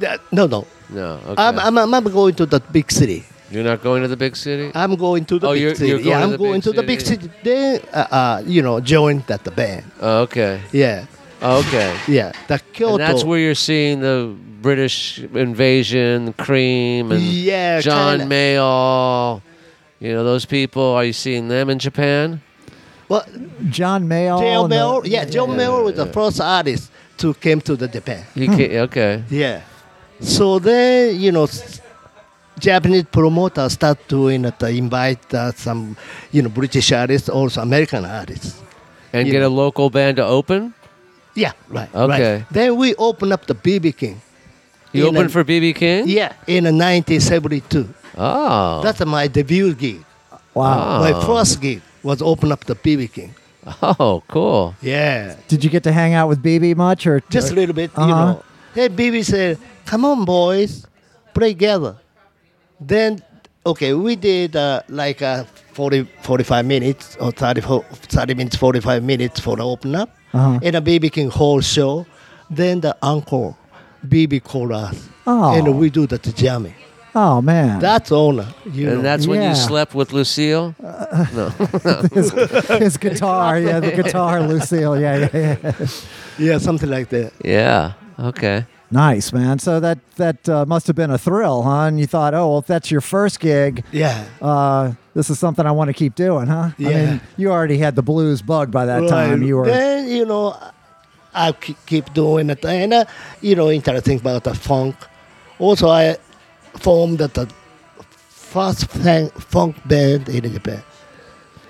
Speaker 3: That- no, no.
Speaker 2: No, okay.
Speaker 3: I'm, I'm, I'm I'm going to the big city.
Speaker 2: you're not going to the big city.
Speaker 3: I'm going to the
Speaker 2: Oh,
Speaker 3: big
Speaker 2: you're-
Speaker 3: city.
Speaker 2: you're going
Speaker 3: yeah,
Speaker 2: to
Speaker 3: I'm
Speaker 2: the
Speaker 3: going
Speaker 2: big
Speaker 3: to the big
Speaker 2: city.
Speaker 3: city. Then, uh, uh, you know, join that the band.
Speaker 2: Oh, okay,
Speaker 3: Yeah,
Speaker 2: okay.
Speaker 3: yeah. The Kyoto.
Speaker 2: And that's where you're seeing the British invasion, Cream, and
Speaker 3: Yeah,
Speaker 2: John
Speaker 3: kinda.
Speaker 2: Mayall. You know those people. Are you seeing them in Japan?
Speaker 3: Well,
Speaker 1: John Mayall.
Speaker 3: Joe
Speaker 1: and the-
Speaker 3: Mayer, yeah, Joe
Speaker 2: Oh, yeah,
Speaker 3: Mayer was the
Speaker 2: yeah.
Speaker 3: first artist to came to the Japan.
Speaker 2: You can okay.
Speaker 3: Yeah. So then, you know, s- Japanese promoters start doing uh, to invite uh, some, you know, British artists, also American artists.
Speaker 2: And
Speaker 3: You
Speaker 2: get
Speaker 3: know.
Speaker 2: a local band to open.
Speaker 3: Yeah, right.
Speaker 2: Okay.
Speaker 3: Right. Then we open up the BB King.
Speaker 2: You
Speaker 3: In
Speaker 2: open
Speaker 3: a-
Speaker 2: for BB King.
Speaker 3: Yeah, in uh, 1972.
Speaker 2: Oh.
Speaker 3: That's my debut gig.
Speaker 1: Wow.
Speaker 2: Oh.
Speaker 3: My first gig was open up the BB King.
Speaker 2: oh, cool.
Speaker 3: Yeah.
Speaker 1: Did you get to hang out with BB much or
Speaker 3: Just a little bit, you
Speaker 1: Uh-huh.
Speaker 3: know. Then BB said, come on, boys, play together. Then, okay, we did uh, like uh, 40, 45 minutes or 30, fo- 30 minutes, 45 minutes for the open up.
Speaker 1: Uh-huh.
Speaker 3: And a BB King whole show. Then the encore, BB called us.
Speaker 1: Oh.
Speaker 3: And we do the jamming.
Speaker 1: Oh man.
Speaker 3: That's honor. You know.
Speaker 2: And that's when
Speaker 1: Yeah.
Speaker 2: you slept with Lucille.
Speaker 3: Uh,
Speaker 1: his, his guitar,
Speaker 3: [LAUGHS]
Speaker 1: yeah, the guitar, Lucille, yeah, yeah, yeah.
Speaker 3: yeah, something like that.
Speaker 2: Yeah. Okay.
Speaker 1: Nice, man. So that that uh, must have been a thrill, huh? And you thought, oh, well, if that's your first gig,
Speaker 3: Yeah.
Speaker 1: uh, this is something I want to keep doing, huh? I
Speaker 3: Yeah.
Speaker 1: mean, you already had the blues bug by that time.
Speaker 3: Right.
Speaker 1: You were
Speaker 3: Then you know, I keep, keep doing it, and uh, you know, interesting about the funk. Also, I formed the, the first funk, funk band in Japan.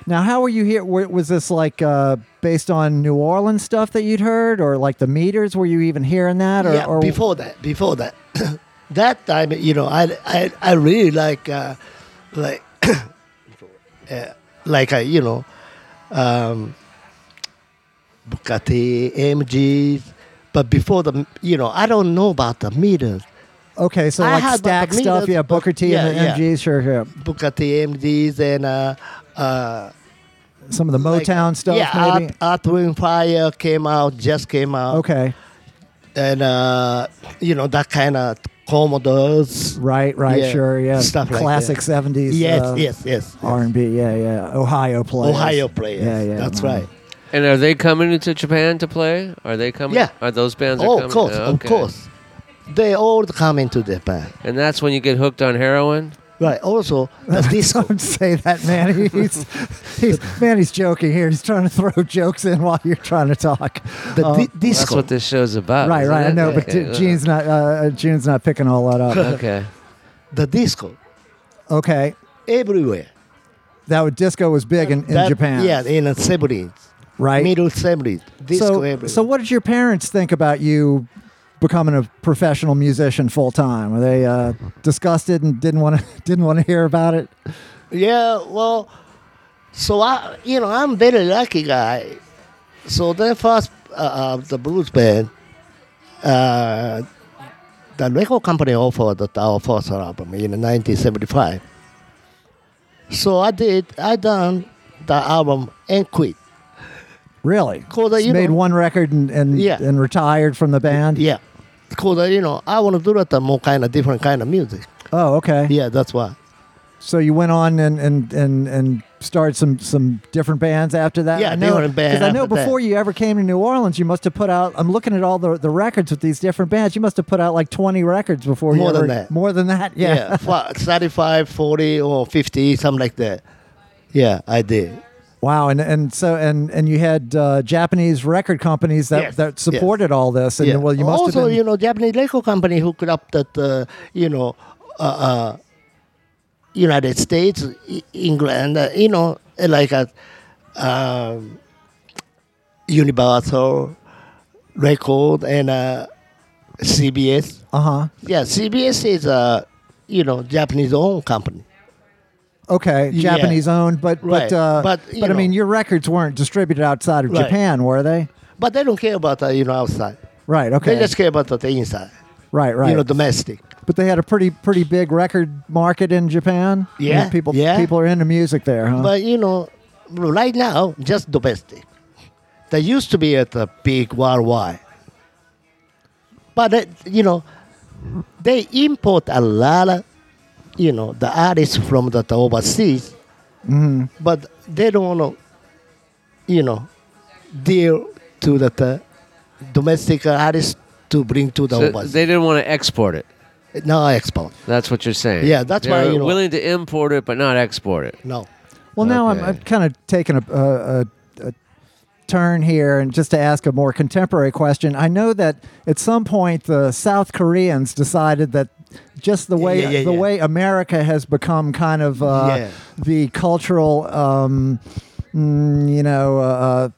Speaker 1: now. How were you here? Wa- Was this like uh, based on New Orleans stuff that you'd heard, or like the meters? Were you even hearing that? Or,
Speaker 3: yeah,
Speaker 1: or
Speaker 3: before that, before that, [COUGHS] that time, you know, I I, I really like uh, like [COUGHS] uh, like uh, you know, um, Bugatti, MGs. But before the, you know, I don't know about the meters.
Speaker 1: okay, so
Speaker 3: I
Speaker 1: like
Speaker 3: had
Speaker 1: stack
Speaker 3: the meters,
Speaker 1: stuff, yeah,
Speaker 3: but-
Speaker 1: Booker T and the
Speaker 3: yeah, yeah.
Speaker 1: MGs, sure, sure.
Speaker 3: Bugatti MDs and uh, uh,
Speaker 1: Some of the
Speaker 3: like-
Speaker 1: Motown stuff,
Speaker 3: Yeah,
Speaker 1: maybe.
Speaker 3: Art, Art Wing Fire came out, just came out.
Speaker 1: okay,
Speaker 3: And, uh, you know, that kind of Commodores.
Speaker 1: right, right,
Speaker 3: Yeah,
Speaker 1: sure, yeah.
Speaker 3: stuff like
Speaker 1: Classic
Speaker 3: that.
Speaker 1: '70s.
Speaker 3: Yes,
Speaker 1: uh,
Speaker 3: yes, yes.
Speaker 1: R and B, yeah, yeah. Ohio players.
Speaker 3: Ohio players. That's
Speaker 1: man.
Speaker 3: right.
Speaker 2: And are they coming to Japan to play? Are they coming?
Speaker 3: Yeah.
Speaker 2: Are those bands?
Speaker 3: Oh,
Speaker 2: are coming?
Speaker 3: of course, of
Speaker 2: Okay.
Speaker 3: course. They all come into Japan.
Speaker 2: And that's when you get hooked on heroin.
Speaker 3: Right.
Speaker 1: [LAUGHS]
Speaker 3: Also, the disco.
Speaker 1: [LAUGHS] Don't say that, man.
Speaker 3: [LAUGHS]
Speaker 1: He's, he's man. He's joking here. He's trying to throw jokes in while you're trying to talk.
Speaker 3: The
Speaker 1: Uh,
Speaker 3: di-
Speaker 2: That's
Speaker 3: disco.
Speaker 2: what this show's about.
Speaker 1: right,
Speaker 2: isn't
Speaker 1: right. I
Speaker 2: it?
Speaker 1: know, but
Speaker 2: Okay,
Speaker 1: Ju-
Speaker 2: uh,
Speaker 1: Gene's not. Uh, June's not picking all that [LAUGHS] up.
Speaker 2: Okay.
Speaker 3: the disco.
Speaker 1: okay,
Speaker 3: Everywhere.
Speaker 1: that would, disco was big in, in
Speaker 3: That-
Speaker 1: Japan.
Speaker 3: Yeah, in the 70s.
Speaker 1: right.
Speaker 3: Middle 70s. Disco
Speaker 1: so,
Speaker 3: everywhere.
Speaker 1: so what did your parents think about you becoming a professional musician full time? Were they uh, disgusted and didn't want to [LAUGHS] didn't want to hear about it?
Speaker 3: Yeah, well, so I, you know, I'm very lucky guy. So then first, uh, uh, the blues band, uh, the record company offered that our first album in 1975. So I did, I done the album and quit.
Speaker 1: Really?
Speaker 3: Cool that
Speaker 1: Just
Speaker 3: you
Speaker 1: made
Speaker 3: know.
Speaker 1: one record and and,
Speaker 3: Yeah.
Speaker 1: and retired from the band.
Speaker 3: Yeah. Because, you know, I want to do that uh, more kind of different kind of music.
Speaker 1: Oh, okay.
Speaker 3: Yeah, that's why.
Speaker 1: So you went on and and and and started some some different bands after that.
Speaker 3: Yeah,
Speaker 1: I know,
Speaker 3: different band
Speaker 1: Because I know
Speaker 3: after that.
Speaker 1: before you ever came to New Orleans, you must have put out. I'm looking at all the the records with these different bands. You must have put out like 20 records before you
Speaker 3: More than
Speaker 1: ever-
Speaker 3: that.
Speaker 1: More than that. Yeah.
Speaker 3: yeah, fi- 35, 40, or 50, something like that. Yeah, I did.
Speaker 1: [LAUGHS] Wow. And and so and and you had uh, Japanese record companies that
Speaker 3: Yes,
Speaker 1: that
Speaker 3: yes.
Speaker 1: supported all this. And well, you must
Speaker 3: also,
Speaker 1: have been.
Speaker 3: you know, Japanese record company hooked up that, uh, you know, uh, uh, United States, E- England, uh, you know, uh, like a um, Universal, record and uh, CBS.
Speaker 1: Uh huh.
Speaker 3: Yeah, CBS is a you know Japanese owned company.
Speaker 1: Okay,
Speaker 3: Yeah.
Speaker 1: Japanese owned, but
Speaker 3: Right.
Speaker 1: but uh,
Speaker 3: But,
Speaker 1: but,
Speaker 3: you
Speaker 1: I
Speaker 3: know.
Speaker 1: mean, your records weren't distributed outside of
Speaker 3: Right.
Speaker 1: Japan, were they?
Speaker 3: But they don't care about uh, you know outside.
Speaker 1: Right. Okay.
Speaker 3: They just care about the inside.
Speaker 1: right. Right.
Speaker 3: You know domestic.
Speaker 1: but they had a pretty pretty big record market in Japan. I mean,
Speaker 3: Yeah,
Speaker 1: people
Speaker 3: yeah.
Speaker 1: people are into music there, huh?
Speaker 3: But you know, right now just domestic. They used to be at the big worldwide. But uh, you know, they import a lot of you know the artists from the overseas.
Speaker 1: Mm-hmm.
Speaker 3: But they don't want to, you know, deal to the, the domestic artists to bring to the
Speaker 2: So
Speaker 3: overseas.
Speaker 2: they didn't want to export it.
Speaker 3: no export.
Speaker 2: That's what you're saying.
Speaker 3: Yeah, that's why,
Speaker 2: They're
Speaker 3: you know-
Speaker 2: willing to import it but not export it.
Speaker 3: No.
Speaker 1: well, now I'm,
Speaker 2: okay.
Speaker 1: I'm kind of taking a, a, a, a turn here, and just to ask a more contemporary question. I know that at some point the South Koreans decided that just the way
Speaker 3: Yeah, yeah,
Speaker 1: the
Speaker 3: yeah.
Speaker 1: way America has become kind of uh,
Speaker 3: Yeah.
Speaker 1: the cultural, um, mm, you know. Uh,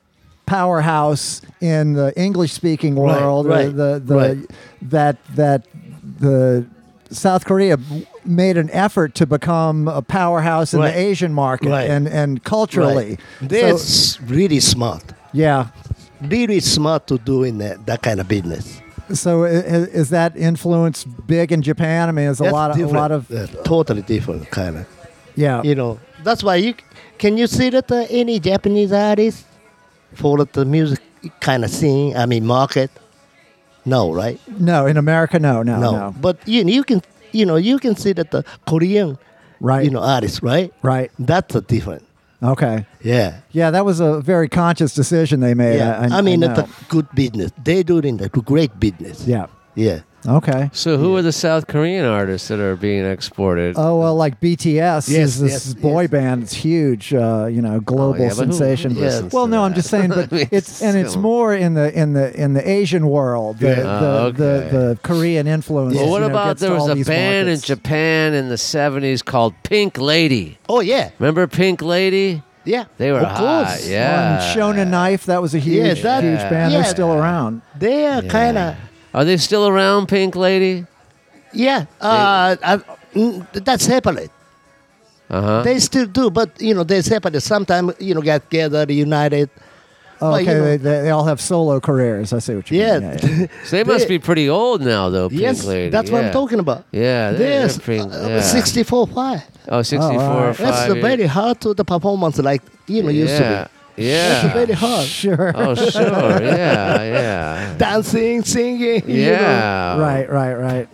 Speaker 1: powerhouse in the English-speaking
Speaker 3: Right,
Speaker 1: world, uh,
Speaker 3: right,
Speaker 1: the, the,
Speaker 3: right.
Speaker 1: that that the South Korea made an effort to become a powerhouse in
Speaker 3: Right.
Speaker 1: the Asian market
Speaker 3: Right.
Speaker 1: and and culturally.
Speaker 3: Right. They're
Speaker 1: So-
Speaker 3: s- really smart.
Speaker 1: yeah.
Speaker 3: Really smart to doing that, that kind of business.
Speaker 1: So i- i- is that influence big in Japan? I mean, there's a
Speaker 3: That's
Speaker 1: lot of
Speaker 3: different.
Speaker 1: a lot of
Speaker 3: Uh, totally different kind of.
Speaker 1: yeah.
Speaker 3: You know, that's why you can you see that uh, any Japanese artist for the music kind of scene. I mean, market. No, right?
Speaker 1: No, in America, no, no, no.
Speaker 3: But you you can you know you can see that the Korean
Speaker 1: Right.
Speaker 3: you know artist right
Speaker 1: Right.
Speaker 3: that's a different
Speaker 1: Okay.
Speaker 3: yeah
Speaker 1: Yeah, that was a very conscious decision they made.
Speaker 3: yeah
Speaker 1: I, I-
Speaker 3: I, mean
Speaker 1: I
Speaker 3: it's a
Speaker 1: know.
Speaker 3: good business they doing the great business
Speaker 1: yeah.
Speaker 3: yeah
Speaker 1: Okay.
Speaker 2: So who are the South Korean artists that are being exported?
Speaker 1: Oh well, like BTS
Speaker 3: Yes,
Speaker 1: is this
Speaker 3: yes,
Speaker 1: boy
Speaker 3: yes.
Speaker 1: band. It's huge, uh, you know, global
Speaker 2: Oh, yeah, but who- who
Speaker 1: sensation.
Speaker 2: listens
Speaker 1: well,
Speaker 2: to
Speaker 1: no, I'm
Speaker 2: that?
Speaker 1: just saying,
Speaker 2: [LAUGHS]
Speaker 1: but
Speaker 2: I mean,
Speaker 1: it's and it's
Speaker 2: still.
Speaker 1: more in the in the in the Asian world, the
Speaker 3: Yeah.
Speaker 1: the,
Speaker 2: Oh, okay.
Speaker 1: the, the Korean influence.
Speaker 2: well, what
Speaker 1: you know,
Speaker 2: about
Speaker 1: gets to
Speaker 2: there was
Speaker 1: all
Speaker 2: a
Speaker 1: these
Speaker 2: band
Speaker 1: markets.
Speaker 2: in Japan in the 70s called Pink Lady.
Speaker 3: oh yeah
Speaker 2: Remember Pink Lady?
Speaker 3: yeah
Speaker 2: They were
Speaker 3: of
Speaker 2: hot,
Speaker 3: course.
Speaker 2: yeah.
Speaker 1: On Shonen Knife, that was a huge,
Speaker 3: Yeah, that-
Speaker 1: huge band.
Speaker 3: yeah.
Speaker 1: They're still around.
Speaker 3: They are kind of
Speaker 2: Are they still around, Pink Lady?
Speaker 3: yeah. Uh, uh, mm, that's separate.
Speaker 2: Uh huh.
Speaker 3: They still do, but you know they separate. Sometimes you know get together, united.
Speaker 1: Oh,
Speaker 3: Well,
Speaker 1: okay,
Speaker 3: you know-
Speaker 1: they, they, they all have solo careers. I see what you
Speaker 3: Yeah,
Speaker 1: mean.
Speaker 2: [LAUGHS] So they must
Speaker 3: they-
Speaker 2: be pretty old now, though. Pink
Speaker 3: [LAUGHS] yes,
Speaker 2: Lady.
Speaker 3: that's what
Speaker 2: yeah.
Speaker 3: I'm talking about.
Speaker 2: Yeah, they're, they're
Speaker 3: There's
Speaker 2: pretty- yeah.
Speaker 3: uh, 64 five.
Speaker 2: Oh, 64
Speaker 1: wow.
Speaker 2: or 5.
Speaker 3: That's the
Speaker 2: years.
Speaker 3: very hard to the performance like you know used
Speaker 2: yeah.
Speaker 3: to
Speaker 2: be.
Speaker 3: be.
Speaker 2: Yeah.
Speaker 3: That's very hard.
Speaker 1: Sure.
Speaker 2: oh, sure. Yeah, yeah.
Speaker 3: Dancing, singing. [LAUGHS] you know.
Speaker 2: Yeah.
Speaker 1: Right, right, right.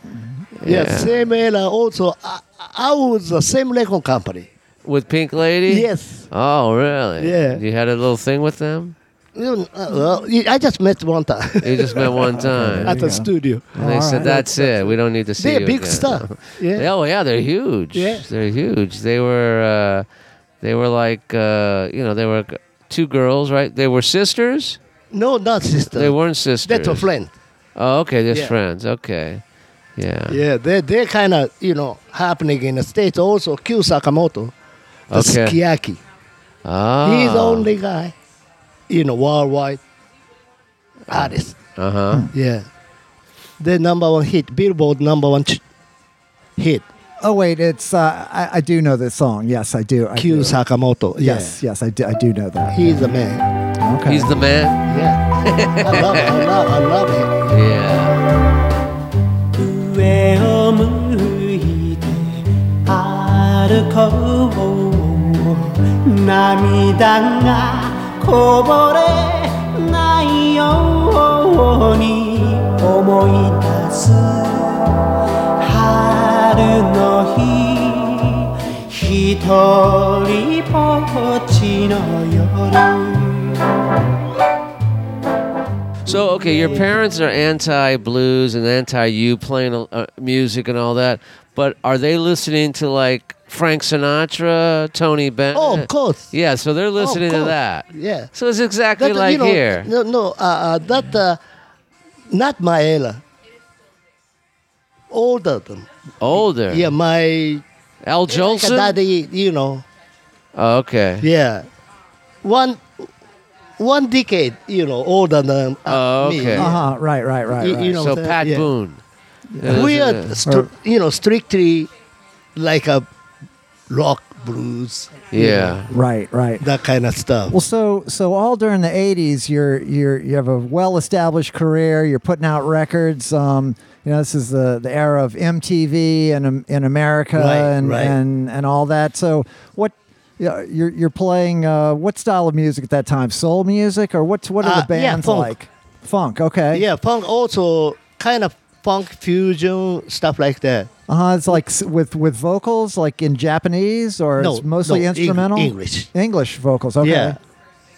Speaker 3: Yeah.
Speaker 2: Yeah.
Speaker 3: Same era also. I, I was the same record company.
Speaker 2: With Pink Lady?
Speaker 3: Yes.
Speaker 2: Oh, really?
Speaker 3: Yeah.
Speaker 2: You had a little thing with them?
Speaker 3: You know, uh, well, I just met one time [LAUGHS]
Speaker 2: You just met one time.
Speaker 3: at the
Speaker 1: Yeah.
Speaker 3: studio.
Speaker 2: And they
Speaker 1: All
Speaker 2: said,
Speaker 1: right.
Speaker 2: "That's it. We don't need to see
Speaker 3: They're
Speaker 2: you
Speaker 3: big
Speaker 2: again." [LAUGHS]
Speaker 3: star. Yeah.
Speaker 2: Yeah, Oh yeah, they're huge.
Speaker 3: Yeah.
Speaker 2: They're huge. They were, uh, they were like, uh, you know, they were two girls, right? They were sisters.
Speaker 3: No, not sister.
Speaker 2: They weren't sisters.
Speaker 3: That's a friend.
Speaker 2: Oh, okay, they're
Speaker 3: Yeah.
Speaker 2: friends. Okay, yeah.
Speaker 3: Yeah, they they kind of you know happening in the states also. Q Sakamoto, the
Speaker 2: Okay.
Speaker 3: Skiaki.
Speaker 2: Ah.
Speaker 3: He's the only guy, you know, worldwide artist.
Speaker 2: Uh huh.
Speaker 3: Yeah, the number one hit, Billboard number one ch- hit.
Speaker 1: Oh wait, it's uh, I, I do know this song. Yes, I do. I
Speaker 3: Q
Speaker 1: do.
Speaker 3: Sakamoto. Yeah.
Speaker 1: Yes, yes, I do, I do know that.
Speaker 3: he's the man.
Speaker 1: Okay.
Speaker 2: He's the man.
Speaker 3: Yeah,
Speaker 2: [LAUGHS]
Speaker 3: I love, I love, I love him.
Speaker 2: Yeah.
Speaker 4: 上を向いて歩こう涙がこぼれないように思い出す春の日一人ぼっちの夜
Speaker 2: So okay, your parents are anti blues and anti you playing uh, music and all that, but are they listening to like Frank Sinatra, Tony Bennett?
Speaker 3: Oh, of course.
Speaker 2: Yeah, so they're listening to
Speaker 3: course.
Speaker 2: that.
Speaker 3: Yeah.
Speaker 2: So it's exactly
Speaker 3: That,
Speaker 2: like
Speaker 3: you know,
Speaker 2: here.
Speaker 3: No, no, uh, uh, that uh, not my era. Older than
Speaker 2: Older.
Speaker 3: yeah, my
Speaker 2: Al
Speaker 3: Like a
Speaker 2: Jolson?
Speaker 3: daddy, you know.
Speaker 2: Oh, okay.
Speaker 3: Yeah. One one decade, you know, older than uh,
Speaker 2: Oh,
Speaker 3: me.
Speaker 2: okay.
Speaker 3: yeah.
Speaker 1: Uh huh. Right. Right. Right.
Speaker 3: You-
Speaker 1: right.
Speaker 3: you know-
Speaker 2: so
Speaker 3: that-
Speaker 2: Pat
Speaker 3: yeah.
Speaker 2: Boone.
Speaker 3: we
Speaker 2: Yeah.
Speaker 3: are, str-
Speaker 1: Or-
Speaker 3: you know, strictly like a rock blues,
Speaker 2: Yeah.
Speaker 1: right. Right.
Speaker 3: that kind of stuff.
Speaker 1: Well, so so all during the '80s, you're you're you have a well-established career. You're putting out records. Um, you know, this is the, the era of MTV and um, in America
Speaker 3: Right,
Speaker 1: and,
Speaker 3: right.
Speaker 1: and and all that. So what? yeah, You're you're playing uh, what style of music at that time? Soul music or what's what are the
Speaker 3: Uh, yeah,
Speaker 1: bands
Speaker 3: funk.
Speaker 1: like? Funk. Okay.
Speaker 3: yeah, punk also kind of funk fusion stuff like that.
Speaker 1: Uh-huh, it's like s- with with vocals, like in Japanese, or
Speaker 3: No,
Speaker 1: it's mostly
Speaker 3: no, Eng-
Speaker 1: instrumental.
Speaker 3: English.
Speaker 1: English vocals. Okay.
Speaker 3: Yeah,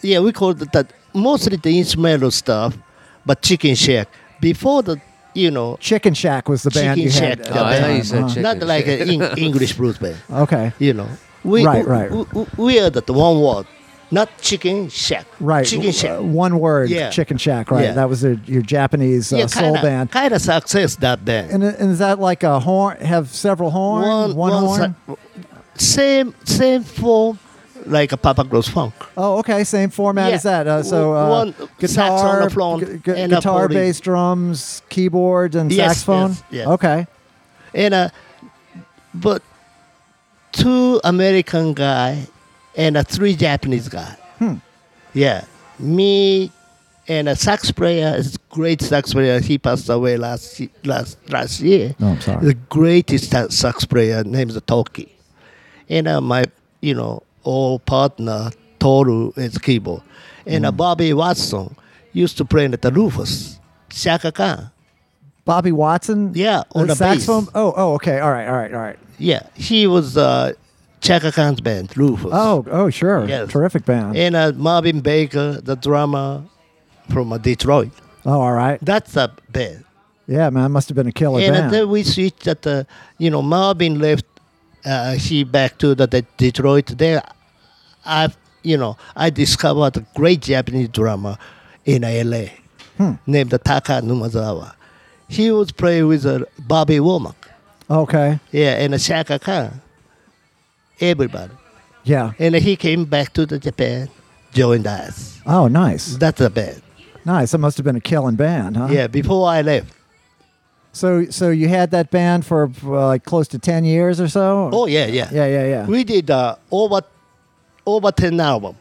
Speaker 3: yeah, we call it that mostly the instrumental stuff, but Chicken Shack before the, you know,
Speaker 1: Chicken Shack was the band
Speaker 3: Chicken
Speaker 1: you had. uh, at
Speaker 3: Shack, yeah,
Speaker 1: the
Speaker 3: Oh, I thought you
Speaker 1: time,
Speaker 2: said
Speaker 1: huh?
Speaker 2: Chicken
Speaker 3: not like
Speaker 2: Shack.
Speaker 1: [LAUGHS]
Speaker 3: an Eng- English blues band.
Speaker 1: Okay.
Speaker 3: you know. We,
Speaker 1: Right, right.
Speaker 3: We, we, we are the one word, not chicken shack.
Speaker 1: Right.
Speaker 3: Chicken shack.
Speaker 1: Uh, One word.
Speaker 3: Yeah.
Speaker 1: Chicken Shack. Right.
Speaker 3: Yeah.
Speaker 1: That was the, your Japanese uh,
Speaker 3: yeah,
Speaker 1: soul band.
Speaker 3: Kind of success that band.
Speaker 1: And, uh, and is that like a horn? Have several horns? horn.
Speaker 3: si- same same form like a Papa Gross funk.
Speaker 1: oh, okay. Same format
Speaker 3: Yeah.
Speaker 1: as that. Uh, so uh,
Speaker 3: One
Speaker 1: guitar,
Speaker 3: sax on the floor
Speaker 1: gu- gu-
Speaker 3: and a
Speaker 1: guitar,
Speaker 3: forty.
Speaker 1: bass, drums, keyboard, and
Speaker 3: Yes,
Speaker 1: saxophone.
Speaker 3: yes, yes.
Speaker 1: Okay.
Speaker 3: And uh, but two American guy and a three Japanese guy.
Speaker 1: Hmm.
Speaker 3: Yeah, me and a sax player is great sax player. He passed away last ye- last last year.
Speaker 1: No, Oh, I'm sorry.
Speaker 3: The greatest sa- sax player named Toki, and uh, my you know old partner Toru is keyboard, and
Speaker 1: Hmm.
Speaker 3: uh, Bobby Watson used to play at the Rufus Shaka Khan.
Speaker 1: Bobby Watson.
Speaker 3: Yeah, on the bass.
Speaker 1: saxophone. Oh, oh, okay. All right, all right, all right.
Speaker 3: Yeah, he was uh, Chaka Khan's band, Rufus.
Speaker 1: Oh, oh, sure.
Speaker 3: Yes.
Speaker 1: Terrific band.
Speaker 3: And uh, Marvin Baker, the drummer from uh, Detroit.
Speaker 1: oh, all right.
Speaker 3: That's the band.
Speaker 1: Yeah, man, must have been Oh, a killer
Speaker 3: and uh,
Speaker 1: band.
Speaker 3: then we switched that, uh, you know, Marvin left, uh, he back to the, the Detroit. There, I, you know, I discovered a great Japanese drummer in LA
Speaker 1: Hmm.
Speaker 3: named Taka Numazawa. He was playing with uh, Bobby Womack.
Speaker 1: okay.
Speaker 3: Yeah, and uh, Shaka Khan. Everybody.
Speaker 1: Yeah.
Speaker 3: And he came back to the Japan, joined us.
Speaker 1: Oh, nice.
Speaker 3: That's the band.
Speaker 1: Nice. That must have been a killing band, huh?
Speaker 3: Yeah, before I left.
Speaker 1: So, so you had that band for uh, like close to ten years or so.
Speaker 3: Oh yeah, yeah.
Speaker 1: Yeah, yeah, yeah.
Speaker 3: We did uh, over over ten album.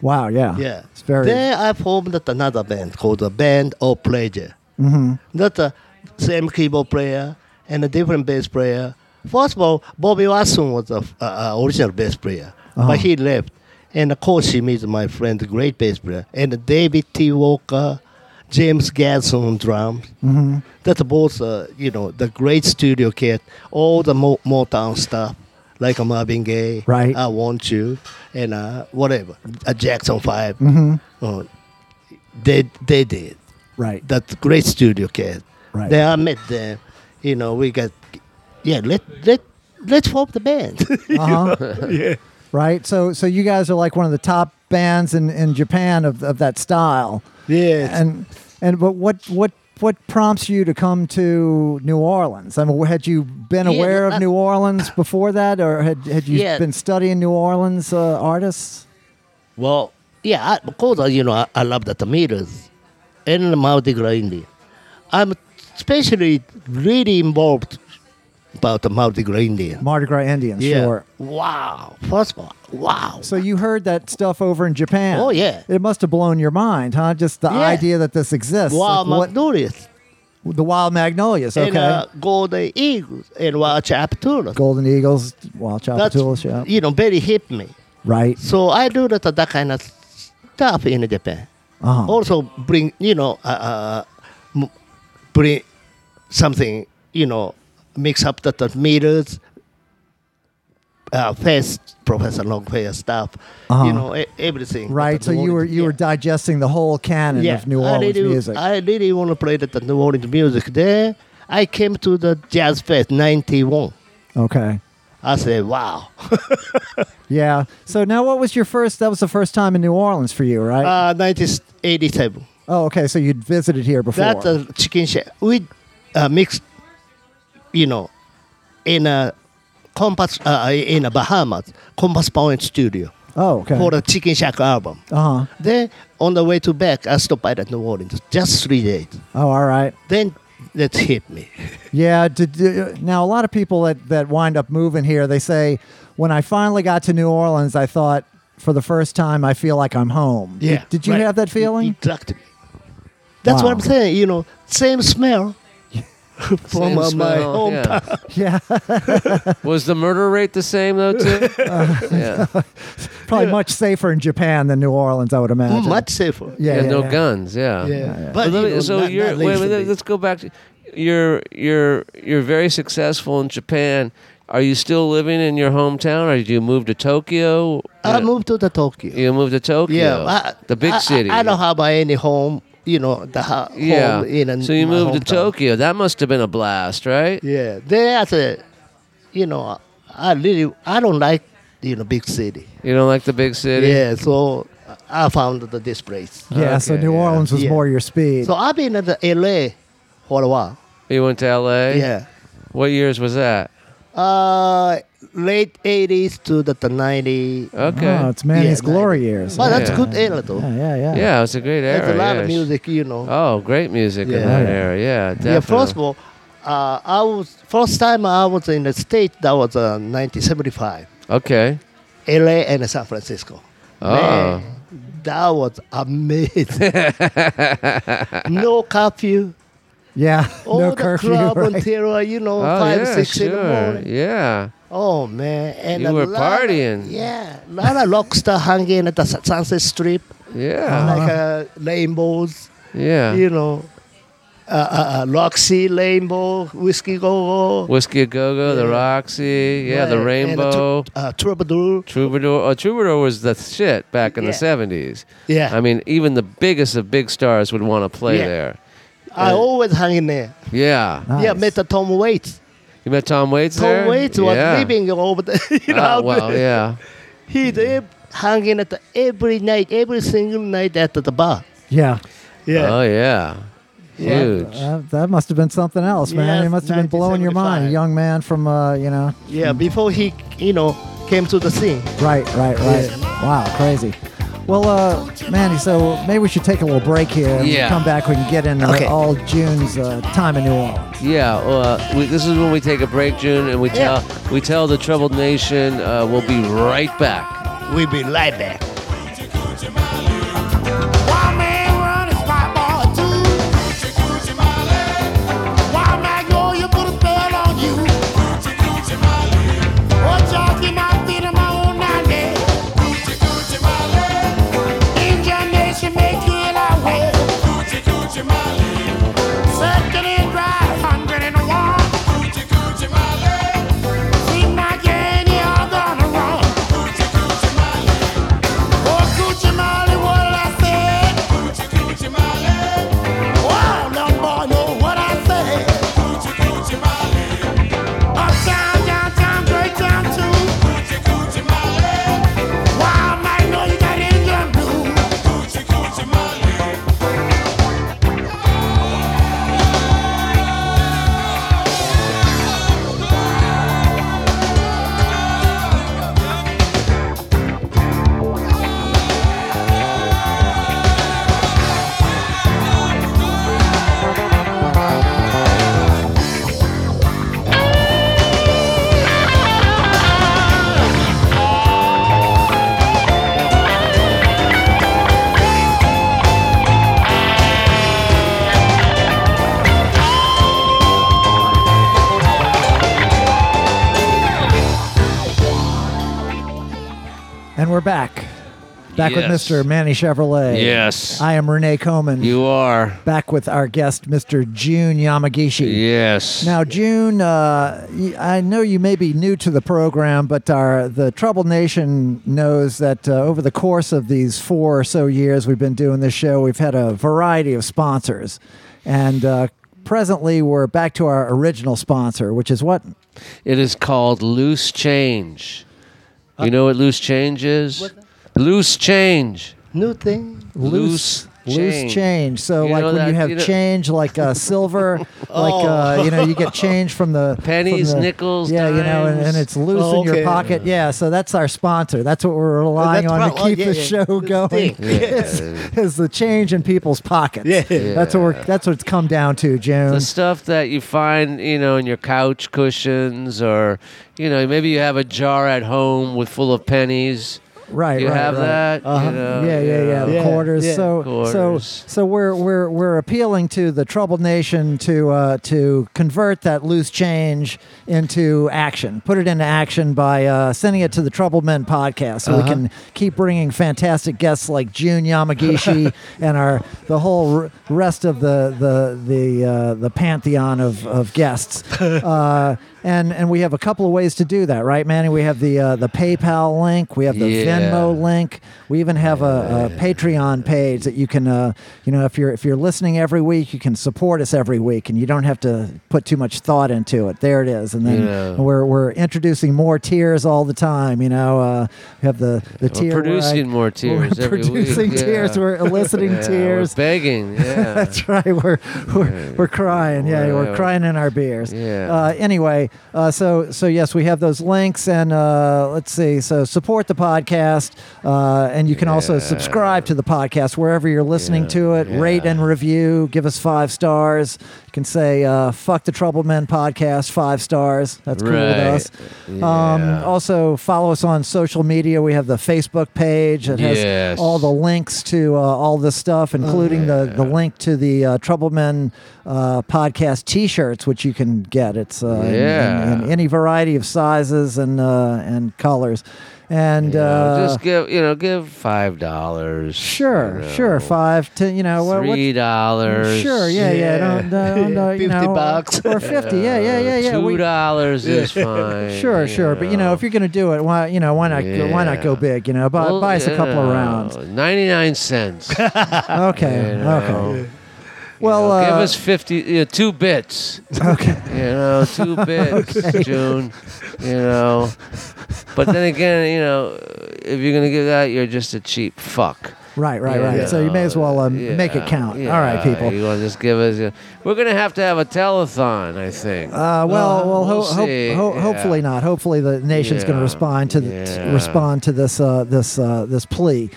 Speaker 1: wow. Yeah.
Speaker 3: Yeah.
Speaker 1: Uh-huh. It's very.
Speaker 3: Then I formed that another band called the Band of Pleasure.
Speaker 1: hmm
Speaker 3: That's the same keyboard player and a different bass player. First of all, Bobby Watson was the uh, uh, original bass player,
Speaker 1: Uh-huh.
Speaker 3: but he left. And Koshimi is my friend, great bass player. And David T. Walker, James Gadsden on drums.
Speaker 1: hmm
Speaker 3: That's both, uh, you know, the great studio kid, all the Mo- Motown stuff, like a Marvin Gaye,
Speaker 1: Right.
Speaker 3: I Want You, and uh, whatever, a Jackson 5.
Speaker 1: hmm
Speaker 3: Uh, they, they did.
Speaker 1: Right.
Speaker 3: That great studio kid.
Speaker 1: Right.
Speaker 3: Then I met them. You know, we got, yeah, let, let, let's form the band.
Speaker 1: [LAUGHS]
Speaker 3: [LAUGHS]
Speaker 1: Uh-huh. Right. So, so you guys are like one of the top bands in, in Japan of, of that style.
Speaker 3: yes.
Speaker 1: and and but what what what prompts you to come to New Orleans? I mean, had you been
Speaker 3: Yeah,
Speaker 1: aware of
Speaker 3: uh,
Speaker 1: New Orleans before that, or had had you
Speaker 3: Yeah.
Speaker 1: been studying New Orleans uh, artists?
Speaker 3: Well, yeah, I, because uh, you know I, I love the tomatoes and the Mardi Gras Indian. I'm especially really involved about the Mardi Gras Indian.
Speaker 1: Mardi Gras Indians,
Speaker 3: yeah.
Speaker 1: sure.
Speaker 3: Wow. First of all, wow.
Speaker 1: So you heard that stuff over in Japan?
Speaker 3: Oh, yeah.
Speaker 1: It must have blown your mind, huh? Just the
Speaker 3: Yeah.
Speaker 1: idea that this exists.
Speaker 3: wow,
Speaker 1: Like, what-
Speaker 3: Magnolias
Speaker 1: the wild magnolias. Okay.
Speaker 3: and uh, Golden Eagles and Wild Chaptula.
Speaker 1: Golden eagles, wild chapatulas, yeah.
Speaker 3: you know very hit me.
Speaker 1: Right.
Speaker 3: So I do that that kind of stuff in Japan.
Speaker 1: Uh-huh.
Speaker 3: also bring you know uh, uh, m- bring something you know mix up the, the meters uh, fast professor long fair stuff
Speaker 1: Uh-huh.
Speaker 3: you know e- everything
Speaker 1: Right. So you were you were digesting the whole canon of New
Speaker 3: I
Speaker 1: Orleans
Speaker 3: really,
Speaker 1: music.
Speaker 3: I really want to play the, the New Orleans music there I came to the jazz fest 91
Speaker 1: okay.
Speaker 3: I said wow
Speaker 1: Yeah. So now, what was your first? That was the first time in New Orleans for you, right?
Speaker 3: uh, 1987
Speaker 1: oh, okay. So you'd visited here before.
Speaker 3: That's a chicken shack. We uh, mixed, you know, in a compass uh, in a Bahamas Compass Point studio.
Speaker 1: Oh, okay.
Speaker 3: for the Chicken Shack album.
Speaker 1: Uh huh.
Speaker 3: Then on the way to back, I stopped by at New Orleans, just three days.
Speaker 1: Oh, all right.
Speaker 3: Then that hit me.
Speaker 1: Yeah. To do, now, a lot of people that, that wind up moving here, they say, when I finally got to New Orleans, I thought for the first time, I feel like I'm home. Did- Did, you
Speaker 3: right.
Speaker 1: have that feeling?
Speaker 3: [LAUGHS] It dragged me. That's
Speaker 1: Wow.
Speaker 3: what I'm saying. You know, same
Speaker 2: [LAUGHS]
Speaker 3: smell from
Speaker 2: Same
Speaker 3: uh, my
Speaker 2: smell,
Speaker 3: hometown.
Speaker 2: yeah.
Speaker 1: yeah.
Speaker 2: Was the murder rate the same though
Speaker 3: [LAUGHS]
Speaker 2: too? yeah.
Speaker 1: [LAUGHS] Probably much safer in Japan than New Orleans, I would imagine.
Speaker 3: Much safer.
Speaker 1: Yeah.
Speaker 2: yeah, no
Speaker 1: yeah.
Speaker 2: guns. Yeah.
Speaker 3: Yeah. But,
Speaker 2: But let
Speaker 3: you
Speaker 2: me-
Speaker 3: know,
Speaker 2: so
Speaker 3: not-
Speaker 2: you're
Speaker 3: not
Speaker 2: wait, a
Speaker 3: lazy.
Speaker 2: minute, let's go back to you're you're you're very successful in Japan. Are you still living in your hometown, or did you move to Tokyo?
Speaker 3: I
Speaker 2: Uh,
Speaker 3: moved to the Tokyo.
Speaker 2: You moved to Tokyo.
Speaker 3: Yeah, I-
Speaker 2: the big
Speaker 3: I- I-
Speaker 2: city.
Speaker 3: I, don't have any home. You know, the ho-
Speaker 2: yeah.
Speaker 3: home in a-
Speaker 2: so you
Speaker 3: my
Speaker 2: moved to
Speaker 3: hometown.
Speaker 2: Tokyo. That must have been a blast, right?
Speaker 3: Yeah, there I said, you know, I really I don't like you know big city.
Speaker 2: You don't like the big city?
Speaker 3: Yeah, so I found the, this place.
Speaker 1: Yeah, so
Speaker 2: Okay,
Speaker 1: New
Speaker 2: yeah.
Speaker 1: Orleans was
Speaker 3: Yeah.
Speaker 1: more your speed.
Speaker 3: So I've been in the LA for a while.
Speaker 2: You went to LA.
Speaker 3: Yeah,
Speaker 2: What years was that?
Speaker 3: uh, late '80s to the, the '90s.
Speaker 2: Okay.
Speaker 1: Oh, it's Manny's
Speaker 3: Yeah,
Speaker 1: glory
Speaker 3: like-
Speaker 1: years.
Speaker 3: But that's
Speaker 2: Yeah.
Speaker 3: good era though.
Speaker 1: yeah, yeah, yeah.
Speaker 2: yeah, it was a great era.
Speaker 3: There's a lot of
Speaker 2: yes.
Speaker 3: music, you know.
Speaker 2: Oh, great music in
Speaker 3: Yeah.
Speaker 2: that
Speaker 1: Yeah.
Speaker 2: era. Yeah, definitely.
Speaker 3: yeah, first of all, uh, I was first time I was in the state. That was uh, 1975.
Speaker 2: Okay.
Speaker 3: LA and San Francisco.
Speaker 2: Oh.
Speaker 3: Man, that was
Speaker 2: [LAUGHS]
Speaker 3: amazing. no curfew.
Speaker 1: Yeah,
Speaker 3: All
Speaker 1: no
Speaker 3: the
Speaker 1: curfew.
Speaker 3: club
Speaker 1: [LAUGHS] right?
Speaker 3: until you know
Speaker 2: Oh,
Speaker 3: five,
Speaker 2: yeah,
Speaker 3: six
Speaker 2: sure.
Speaker 3: in the morning.
Speaker 2: Yeah.
Speaker 3: Oh man, and
Speaker 2: You
Speaker 3: a
Speaker 2: were
Speaker 3: lot of-
Speaker 2: partying.
Speaker 3: yeah, a lot of rockstar hanging at the Sun- Sunset Strip,
Speaker 2: Yeah.
Speaker 3: like uh, rainbows.
Speaker 2: Uh-huh. yeah.
Speaker 3: You know, uh, uh, uh, Roxy Rainbow, Whiskey Go Go.
Speaker 2: Whiskey a Go Go, the
Speaker 3: Yeah.
Speaker 2: Roxy, yeah, the
Speaker 3: Right, and a
Speaker 2: Rainbow.
Speaker 3: tr- uh, troubadour.
Speaker 2: Troubadour, oh, Troubadour was the shit back in
Speaker 3: Yeah.
Speaker 2: the seventies.
Speaker 3: Yeah,
Speaker 2: I mean, even the biggest of big stars would want to play
Speaker 3: Yeah.
Speaker 2: there.
Speaker 3: I always hang in there.
Speaker 2: Yeah,
Speaker 1: Nice.
Speaker 3: Yeah, met the Tom Waits.
Speaker 2: you met Tom Waits
Speaker 3: Tom
Speaker 2: there.
Speaker 3: Waits was living over there. [LAUGHS] You know,
Speaker 2: Oh, well,
Speaker 3: [LAUGHS]
Speaker 2: yeah,
Speaker 3: He's ev- hanging at the, every night, every single night at the bar.
Speaker 1: Yeah.
Speaker 2: Oh yeah,
Speaker 3: Yeah.
Speaker 2: huge.
Speaker 1: That, that must have been something else, man.
Speaker 3: Yes,
Speaker 1: He must have been blowing your mind, a
Speaker 3: 1975.
Speaker 1: young man from, uh, you know,
Speaker 3: Yeah, before he, you know, came to the scene.
Speaker 1: right, right, right. Wow, crazy. Well, uh, Manny, so maybe we should take a little break here. and
Speaker 2: Yeah.
Speaker 1: Come back, we can get into
Speaker 3: Okay.
Speaker 1: all June's uh, time in New Orleans.
Speaker 2: Yeah, uh, we, this is when we take a break, June, and we
Speaker 3: Yeah.
Speaker 2: tell we tell the troubled nation uh, we'll be right back.
Speaker 3: We'll be right back.
Speaker 5: Why man run is my boy too. Why Magnolia put a spell on you? Or talking out there to my own nanny. Indian nation make it our way. Sucking in dry, hungry and warm. Seem like any other on the run. Oh, Gucci Mali, what I said. Gucci, Gucci Mali. Oh, no boy, know what I said. Gucci, Gucci Mali. Uptown, downtown, great town too. Gucci, Gucci Mali. Wow, I know you got Indian blue. Gucci, Gucci Mali.
Speaker 1: And we're back. Back with
Speaker 2: Yes.
Speaker 1: Mr. Manny Chevrolet.
Speaker 2: Yes.
Speaker 1: I am Renee Coman.
Speaker 2: You are.
Speaker 1: back with our guest, Mr. June Yamagishi.
Speaker 2: Yes.
Speaker 1: Now, June, uh, y- I know you may be new to the program, but our, the Troubled Nation knows that uh, over the course of these four or so years we've been doing this show, we've had a variety of sponsors. And uh, presently, we're back to our original sponsor, which is what?
Speaker 2: It is called loose change. You know what loose change is? Loose change.
Speaker 3: New thing.
Speaker 2: Loose
Speaker 1: loose change. So
Speaker 2: You
Speaker 1: like
Speaker 2: know
Speaker 1: when
Speaker 2: that-
Speaker 1: you have
Speaker 2: you know- Oh.
Speaker 1: change, like uh,
Speaker 2: [LAUGHS]
Speaker 1: silver, like uh, you know, you get change from the from
Speaker 2: Pennies,
Speaker 1: the-
Speaker 2: nickels,
Speaker 1: Yeah, you know, and, and
Speaker 2: dimes.
Speaker 1: it's loose
Speaker 3: Oh,
Speaker 1: in your
Speaker 3: okay.
Speaker 1: pocket. Yeah, so that's our sponsor. That's what we're relying
Speaker 3: That's
Speaker 1: on
Speaker 3: right. Oh,
Speaker 1: to keep
Speaker 3: yeah,
Speaker 1: the
Speaker 3: yeah.
Speaker 1: show
Speaker 3: This
Speaker 1: going.
Speaker 3: thing. [LAUGHS]
Speaker 1: Is, is the change in people's pockets?
Speaker 3: Yeah.
Speaker 1: that's what we're, that's what it's come down to, June.
Speaker 2: the stuff that you find, you know, in your couch cushions, or you know, maybe you have a jar at home with full of pennies.
Speaker 1: right,
Speaker 2: You
Speaker 1: right,
Speaker 2: have
Speaker 1: right.
Speaker 2: that. you
Speaker 3: Uh-huh.
Speaker 2: know,
Speaker 1: yeah,
Speaker 2: you
Speaker 1: yeah, yeah,
Speaker 2: know.
Speaker 1: the
Speaker 3: Yeah,
Speaker 1: quarters.
Speaker 3: yeah.
Speaker 1: So,
Speaker 2: Quarters.
Speaker 1: so, so we're we're we're appealing to the troubled nation to uh, to convert that loose change into action. Put it into action by uh, sending it to the Troubled Men podcast, so we can keep bringing fantastic guests like June Yamagishi and our the whole r- rest of the the the uh, the pantheon of of guests. Uh, And, and we have a couple of ways to do that, right, Manny? We have the uh, the PayPal link, we have the
Speaker 2: Yeah.
Speaker 1: Venmo link. We even have a, a Patreon page that you can, uh, you know, if you're if you're listening every week, you can support us every week, and you don't have to put too much thought into it. There it is, and then
Speaker 2: Yeah.
Speaker 1: we're we're introducing more tiers all the time. You know, uh, we have the the
Speaker 2: We're
Speaker 1: tier where I-
Speaker 2: producing more tears.
Speaker 1: We're
Speaker 2: every
Speaker 1: producing
Speaker 2: week.
Speaker 1: tiers.
Speaker 2: Yeah.
Speaker 1: We're eliciting
Speaker 2: [LAUGHS] Yeah,
Speaker 1: tears.
Speaker 2: We're
Speaker 1: [LAUGHS]
Speaker 2: begging. Yeah.
Speaker 1: That's right. We're we're, we're crying. Yeah,
Speaker 2: We're-
Speaker 1: we're crying in our beers.
Speaker 2: Yeah.
Speaker 1: Uh, anyway, uh, so so yes, we have those links, and uh, let's see. So support the podcast, uh, and you can also subscribe to the podcast wherever you're listening to it. Rate and review. Give us five stars. You can say uh, "fuck the Trouble Men" podcast five stars. That's cool with
Speaker 2: Right.
Speaker 1: us.
Speaker 2: Yeah.
Speaker 1: Um, also, follow us on social media. We have the Facebook page that has
Speaker 2: Yes.
Speaker 1: all the links to uh, all this stuff,
Speaker 2: Oh,
Speaker 1: including the, the link to the uh, Trouble Men uh, podcast T-shirts, which you can get. It's uh, in-
Speaker 2: Yeah.
Speaker 1: in, in any variety of sizes and uh, and colors, and
Speaker 2: You know,
Speaker 1: uh,
Speaker 2: just give you know give five dollars.
Speaker 1: sure,
Speaker 2: you know,
Speaker 1: sure, five to you know what.
Speaker 2: Three dollars.
Speaker 1: Sure. Yeah. Yeah. Don't,
Speaker 2: [LAUGHS]
Speaker 1: don't, don't, you
Speaker 3: 50
Speaker 1: know,
Speaker 3: bucks.
Speaker 1: or fifty. Yeah. Yeah. Yeah. Yeah.
Speaker 2: Two
Speaker 1: we-
Speaker 2: dollars is fine.
Speaker 1: [LAUGHS] Sure, sure, but you know, if you're gonna do it, why you know why not why not go
Speaker 2: Yeah.
Speaker 1: big? You know, buy,
Speaker 2: Well,
Speaker 1: buy us a couple of
Speaker 2: yeah, [LAUGHS]
Speaker 1: rounds.
Speaker 2: Ninety-nine cents. you
Speaker 1: Okay,
Speaker 2: know.
Speaker 1: okay.
Speaker 2: You
Speaker 1: Well,
Speaker 2: know, give
Speaker 1: uh,
Speaker 2: us fifty, you know, two bits.
Speaker 1: okay.
Speaker 2: You know, two
Speaker 1: [LAUGHS]
Speaker 2: bits, June. You know, but then again, you know, if you're gonna give that, you're just a cheap fuck.
Speaker 1: Right, right,
Speaker 2: Yeah,
Speaker 1: right. So you may as well um,
Speaker 2: yeah,
Speaker 1: make it count. All right,
Speaker 2: yeah,
Speaker 1: people.
Speaker 2: You want to just give us? A, we're gonna have to have a telethon, I think.
Speaker 1: Uh, well, well, ho-
Speaker 2: we'll
Speaker 1: ho-
Speaker 2: see.
Speaker 1: ho-
Speaker 2: Yeah.
Speaker 1: hopefully not. Hopefully the nation's going to
Speaker 2: Yeah,
Speaker 1: respond to the,
Speaker 2: yeah.
Speaker 1: respond to this uh, this uh, this plea.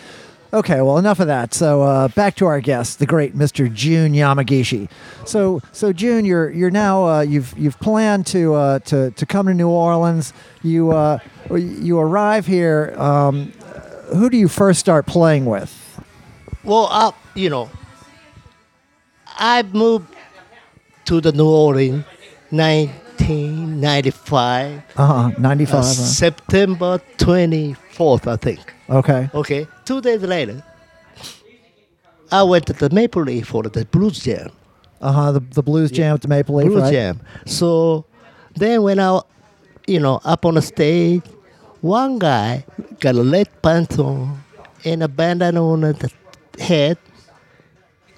Speaker 1: Okay, well, enough of that. So uh, back to our guest, the great Mr. June Yamagishi. So, so June, you're you're now uh, you've you've planned to uh, to to come to New Orleans. You uh, you arrive here. Um, who do you first start playing with?
Speaker 3: Well, up, you know, I moved to the New Orleans 1995,
Speaker 1: Uh huh.
Speaker 3: uh,
Speaker 1: Ninety-five. huh?
Speaker 3: September 24th, I think.
Speaker 1: Okay.
Speaker 3: Okay, two days later, I went to the Maple Leaf for the blues jam.
Speaker 1: Uh huh. The, the blues jam with the Maple Leaf.
Speaker 3: Blue
Speaker 1: right?
Speaker 3: Jam. So then when I, you know, up on the stage, one guy got a lead pants on and a bandana on the head.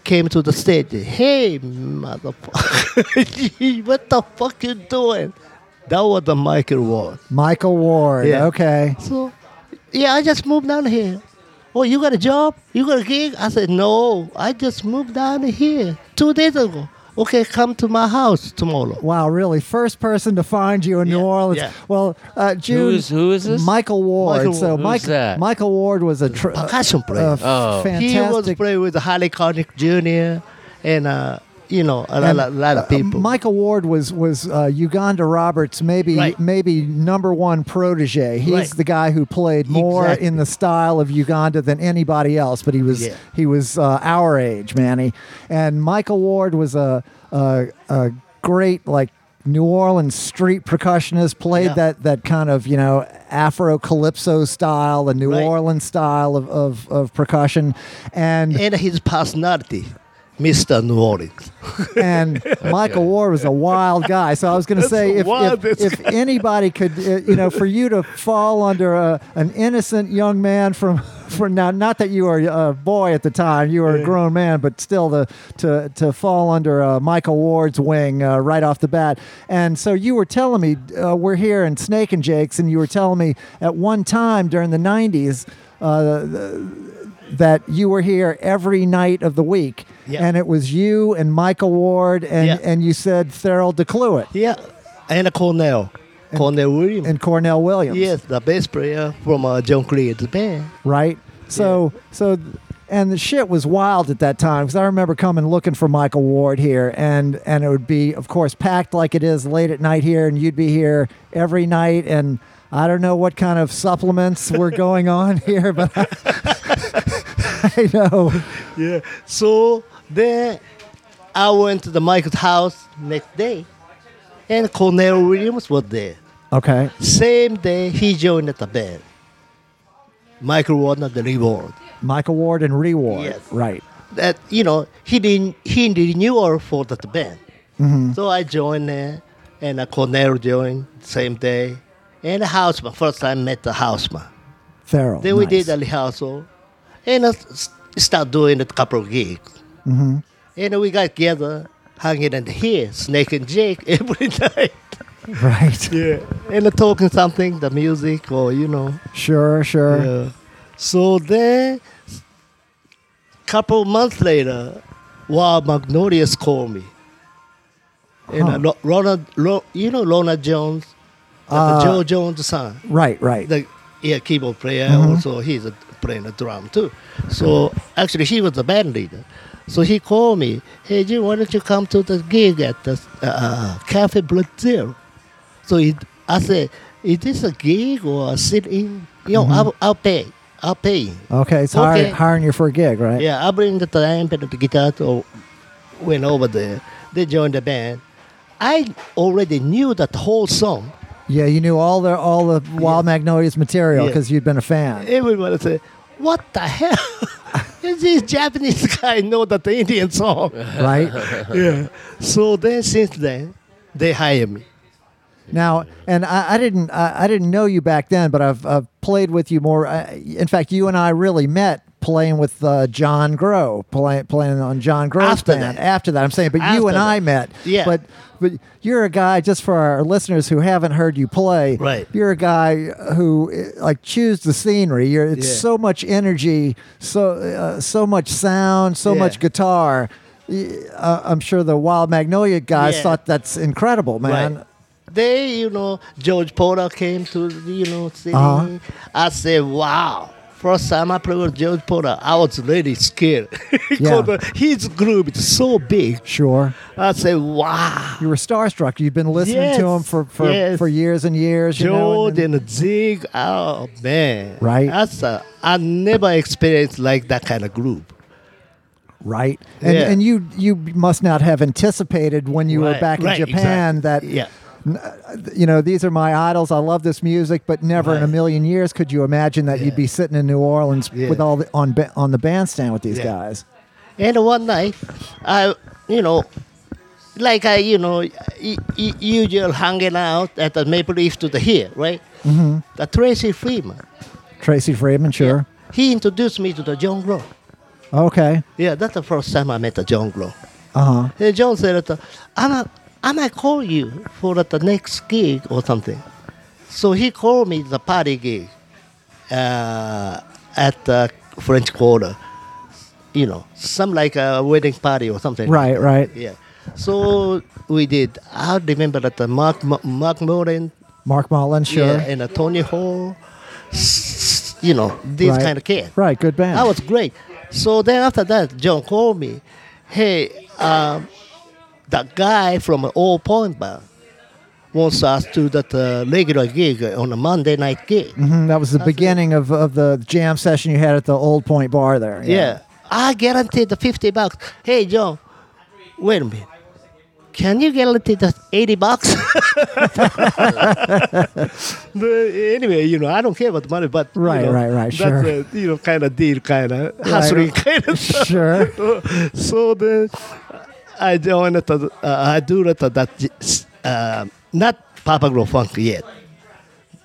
Speaker 3: Came to the stage. Hey, motherfucker! [LAUGHS] what the fuck you doing? That was the Michael Ward.
Speaker 1: Michael Ward.
Speaker 3: Yeah.
Speaker 1: Okay.
Speaker 3: So, yeah, I just moved down here. Oh, you got a job? You got a gig? I said, no, I just moved down here two days ago. Okay, come to my house tomorrow.
Speaker 1: Wow, really, first person to find you in New
Speaker 3: Yeah,
Speaker 1: Orleans.
Speaker 3: yeah.
Speaker 1: Well, uh, June.
Speaker 2: is- who is this?
Speaker 1: Michael Ward.
Speaker 3: Michael
Speaker 1: so
Speaker 3: Ward.
Speaker 2: Who's
Speaker 1: Mike,
Speaker 2: that?
Speaker 1: Michael Ward was a tr-
Speaker 3: Percussion player.
Speaker 1: uh, f-
Speaker 2: Oh.
Speaker 3: he was
Speaker 1: fantastic.
Speaker 3: playing with Harley Connick Jr. and, uh, you know, a lot,
Speaker 1: and,
Speaker 3: lot, lot
Speaker 1: uh,
Speaker 3: of people.
Speaker 1: Michael Ward was was uh, Uganda Roberts, maybe
Speaker 3: Right.
Speaker 1: maybe number one protege. He's
Speaker 3: Right.
Speaker 1: the guy who played more
Speaker 3: Exactly.
Speaker 1: in the style of Uganda than anybody else. But he was
Speaker 3: Yeah.
Speaker 1: he was uh, our age, Manny. And Michael Ward was a a, a great like. New Orleans street percussionist played
Speaker 3: Yeah.
Speaker 1: that that kind of you know Afro calypso style, the New
Speaker 3: Right.
Speaker 1: Orleans style of, of, of percussion, and
Speaker 3: and his personality, Mr. New Orleans.
Speaker 1: and Michael Ward was a wild guy. So I was going to say, if, if, if anybody could, uh, you know, for you to fall under a, an innocent young man from, from now, not that you were a boy at the time, you were a grown man, but still to to to fall under uh, Michael Ward's wing uh, right off the bat. And so you were telling me uh, we're here in Snake and Jake's, and you were telling me at one time during the '90s. Uh, that you were here every night of the week,
Speaker 3: Yeah.
Speaker 1: and it was you and Michael Ward, and
Speaker 3: Yeah.
Speaker 1: and you said Thurl DeCluet
Speaker 3: Yeah, and Cornell, Cornell Williams.
Speaker 1: and Cornell Williams.
Speaker 3: yes, the bass player from uh, John Creed's band.
Speaker 1: right? So so and the shit was wild at that time because I remember coming looking for Michael Ward here, and and it would be of course packed like it is late at night here, and you'd be here every night, and I don't know what kind of supplements were going on [LAUGHS] here, but I, I know
Speaker 3: Yeah. So then I went to the Michael's house next day, and Cornell Williams was there.
Speaker 1: okay,
Speaker 3: Same day he joined the band. Michael Warner, the reward.
Speaker 1: Michael Ward and Reward,
Speaker 3: Yes.
Speaker 1: right?
Speaker 3: That you know he didn't he renewal for the band. So I joined there, and uh, Cornell joined same day, and the Houseman first time met the Houseman.
Speaker 1: Thurl.
Speaker 3: Then we
Speaker 1: nice.
Speaker 3: did a rehearsal, and I s- start doing a couple of gigs. Mm-hmm. And we got together, hanging in here, Snake and Jake [LAUGHS] every night.
Speaker 1: right.
Speaker 3: [LAUGHS] Yeah. And talking something, the music, or you know.
Speaker 1: Sure, sure.
Speaker 3: Yeah. So then, couple months later, while Magnolias called me, and uh, Lo- Ronald, Ro- you know Ronald Jones, the
Speaker 1: Uh,
Speaker 3: Joe Jones' son
Speaker 1: Right, right.
Speaker 3: the yeah, keyboard player. Also, he's a, playing the drum too. So actually, he was the band leader. So he called me, hey Jim, why don't you come to the gig at the uh, Cafe Brazil? So it, I said, is this a gig or a sit-in? You know, I'll, I'll pay. I'll pay.
Speaker 1: okay, so hire-
Speaker 3: okay.
Speaker 1: hiring you for a gig, right?
Speaker 3: Yeah, I bring the amp and the guitar. So went over there. They joined the band. I already knew that whole song.
Speaker 1: Yeah, you knew all the all the Wild Magnolias material
Speaker 3: Yeah.
Speaker 1: because you'd been a fan.
Speaker 3: everybody say, "What the hell? [LAUGHS] Is this Japanese guy know that Indian song?"
Speaker 1: [LAUGHS]
Speaker 3: [LAUGHS]
Speaker 1: right?
Speaker 3: yeah. So then, since then, they hire me.
Speaker 1: Now, and I, I didn't, I, I didn't know you back then, but I've, I've played with you more. I, in fact, you and I really met playing with uh, John Grow, play, playing on John Grove's
Speaker 3: After
Speaker 1: band.
Speaker 3: that.
Speaker 1: After that, I'm saying, but you
Speaker 3: After
Speaker 1: and I
Speaker 3: that.
Speaker 1: met.
Speaker 3: Yeah.
Speaker 1: But but you're a guy just for our listeners who haven't heard you play.
Speaker 3: Right.
Speaker 1: You're a guy who eh, like choose the scenery. You're it's
Speaker 3: Yeah.
Speaker 1: so much energy, so uh, so much sound, so
Speaker 3: Yeah.
Speaker 1: much guitar. Y- Uh, I'm sure the Wild Magnolia guys
Speaker 3: Yeah.
Speaker 1: thought that's incredible, man.
Speaker 3: Right. They, you know, George Porter came to, you know, see.
Speaker 1: Uh-huh.
Speaker 3: me. I said, "Wow." First time I played with George Porter, I was really scared. [LAUGHS]
Speaker 1: Yeah.
Speaker 3: Because His group is so big.
Speaker 1: Sure.
Speaker 3: I said, wow.
Speaker 1: You were starstruck. You'd been listening to him
Speaker 3: Yes,
Speaker 1: for, for,
Speaker 3: yes.
Speaker 1: for years and years. You know, and
Speaker 3: George
Speaker 1: then-
Speaker 3: and Zig, oh man.
Speaker 1: Right.
Speaker 3: That's a, I never experienced like that kind of group.
Speaker 1: right. And,
Speaker 3: Yeah.
Speaker 1: and you you must not have anticipated when you were
Speaker 3: Right,
Speaker 1: back in
Speaker 3: right,
Speaker 1: Japan
Speaker 3: exactly.
Speaker 1: that
Speaker 3: yeah.
Speaker 1: you know these are my idols. I love this music, but never in a
Speaker 3: Right.
Speaker 1: million years could you imagine that you'd
Speaker 3: Yeah.
Speaker 1: be sitting in New Orleans
Speaker 3: Yeah.
Speaker 1: with all the, on ba- on the bandstand with these
Speaker 3: Yeah.
Speaker 1: guys.
Speaker 3: And one night, I, you know, like I, you know, y- y- usual hanging out at the Maple Leaf to the here, right? Mm-hmm. The Tracy Freeman.
Speaker 1: Tracy Friedman, sure.
Speaker 3: He introduced me to the John Grow.
Speaker 1: Okay.
Speaker 3: Yeah, that's the first time I met the John Grow.
Speaker 1: Uh huh.
Speaker 3: And John said, that, I'm a, I might call you for the next gig or something. So he called me the party gig uh, at the French Quarter. You know, some like a wedding party or something.
Speaker 1: Right. Right.
Speaker 3: Yeah. So we did. I remember that the Mark Mo- Mark Moran,
Speaker 1: Mark Mullen, sure.
Speaker 3: yeah, and uh, Tony Hall, s- you know, this
Speaker 1: Right.
Speaker 3: kind of kid.
Speaker 1: Right. Good band.
Speaker 3: That was great. So then after that, John called me, hey, um, that guy from All Point Band wants us to that uh, regular gig on a Monday night gig.
Speaker 1: Mhm, that was the beginning of, of the jam session you had at the Old Point Bar there.
Speaker 3: Yeah. I guaranteed the 50 bucks. Hey, John, wait a minute. Can you guarantee the 80 bucks? [LAUGHS] The- anyway, you know, I don't care about the money, but. you
Speaker 1: Right,
Speaker 3: know,
Speaker 1: right, right,
Speaker 3: That's
Speaker 1: sure.
Speaker 3: a, you know, kind of deal, kind of hustling kind [LAUGHS] of
Speaker 1: [LAUGHS]
Speaker 3: stuff.
Speaker 1: sure.
Speaker 3: so then I joined it, uh, I do it at that uh, not Papa Grow Funk yet.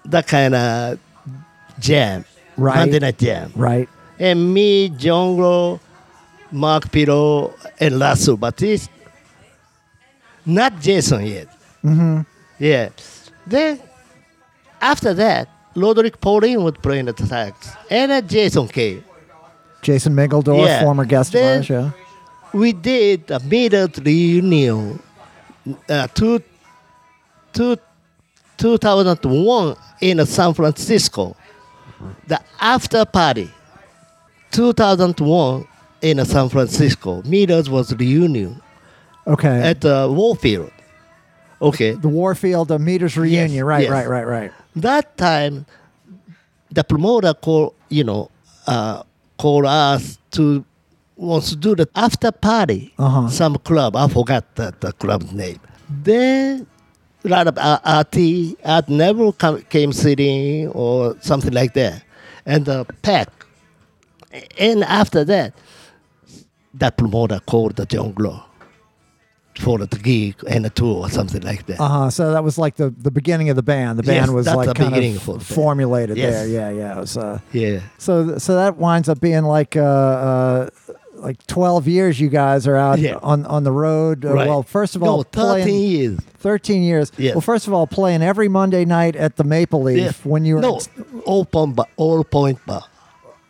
Speaker 3: That kind of jam,
Speaker 1: Right.
Speaker 3: Monday night jam,
Speaker 1: Right.
Speaker 3: and me, John Grow, Mark Piro, and Lasso Batiste. Not Jason yet. Mm-hmm. Yeah. Then after that, Roderick Pauline was playing the sax, and uh, Jason came.
Speaker 1: Jason Mingledore,
Speaker 3: Yeah.
Speaker 1: former guest of
Speaker 3: Then-
Speaker 1: our show.
Speaker 3: we did a middle reunion uh, two, two, 2001 in San Francisco. The after party, 2001 in San Francisco, Meadows was reunion
Speaker 1: Okay.
Speaker 3: at uh, Warfield. Okay,
Speaker 1: the Warfield uh, Meters reunion. right,
Speaker 3: yes.
Speaker 1: right, right, right.
Speaker 3: that time, the promoter call you know uh, call us to wants to do the after party
Speaker 1: Uh-huh.
Speaker 3: some club I forgot the, the club name then a lot of uh, RT art never come, came sitting or something like that and uh, pack and after that that promoter called the John Glow for the gig and a tour or something like that
Speaker 1: Uh huh. So that was like the, the beginning of the band. The band
Speaker 3: Yes,
Speaker 1: was
Speaker 3: that's
Speaker 1: like
Speaker 3: the
Speaker 1: kind
Speaker 3: beginning
Speaker 1: of
Speaker 3: for the band.
Speaker 1: formulated
Speaker 3: Yes.
Speaker 1: there. Yeah, yeah. It was, uh,
Speaker 3: yeah
Speaker 1: so so that winds up being like uh, uh, like twelve years. You guys are out
Speaker 3: Yeah.
Speaker 1: on on the road. Uh,
Speaker 3: Right.
Speaker 1: Well, first of all,
Speaker 3: no, 13
Speaker 1: playing-
Speaker 3: years
Speaker 1: 13 years.
Speaker 3: Yes.
Speaker 1: Well, first of all, playing every Monday night at the Maple Leaf
Speaker 3: Yeah.
Speaker 1: when you were
Speaker 3: no
Speaker 1: at-
Speaker 3: all point bar, all point bar,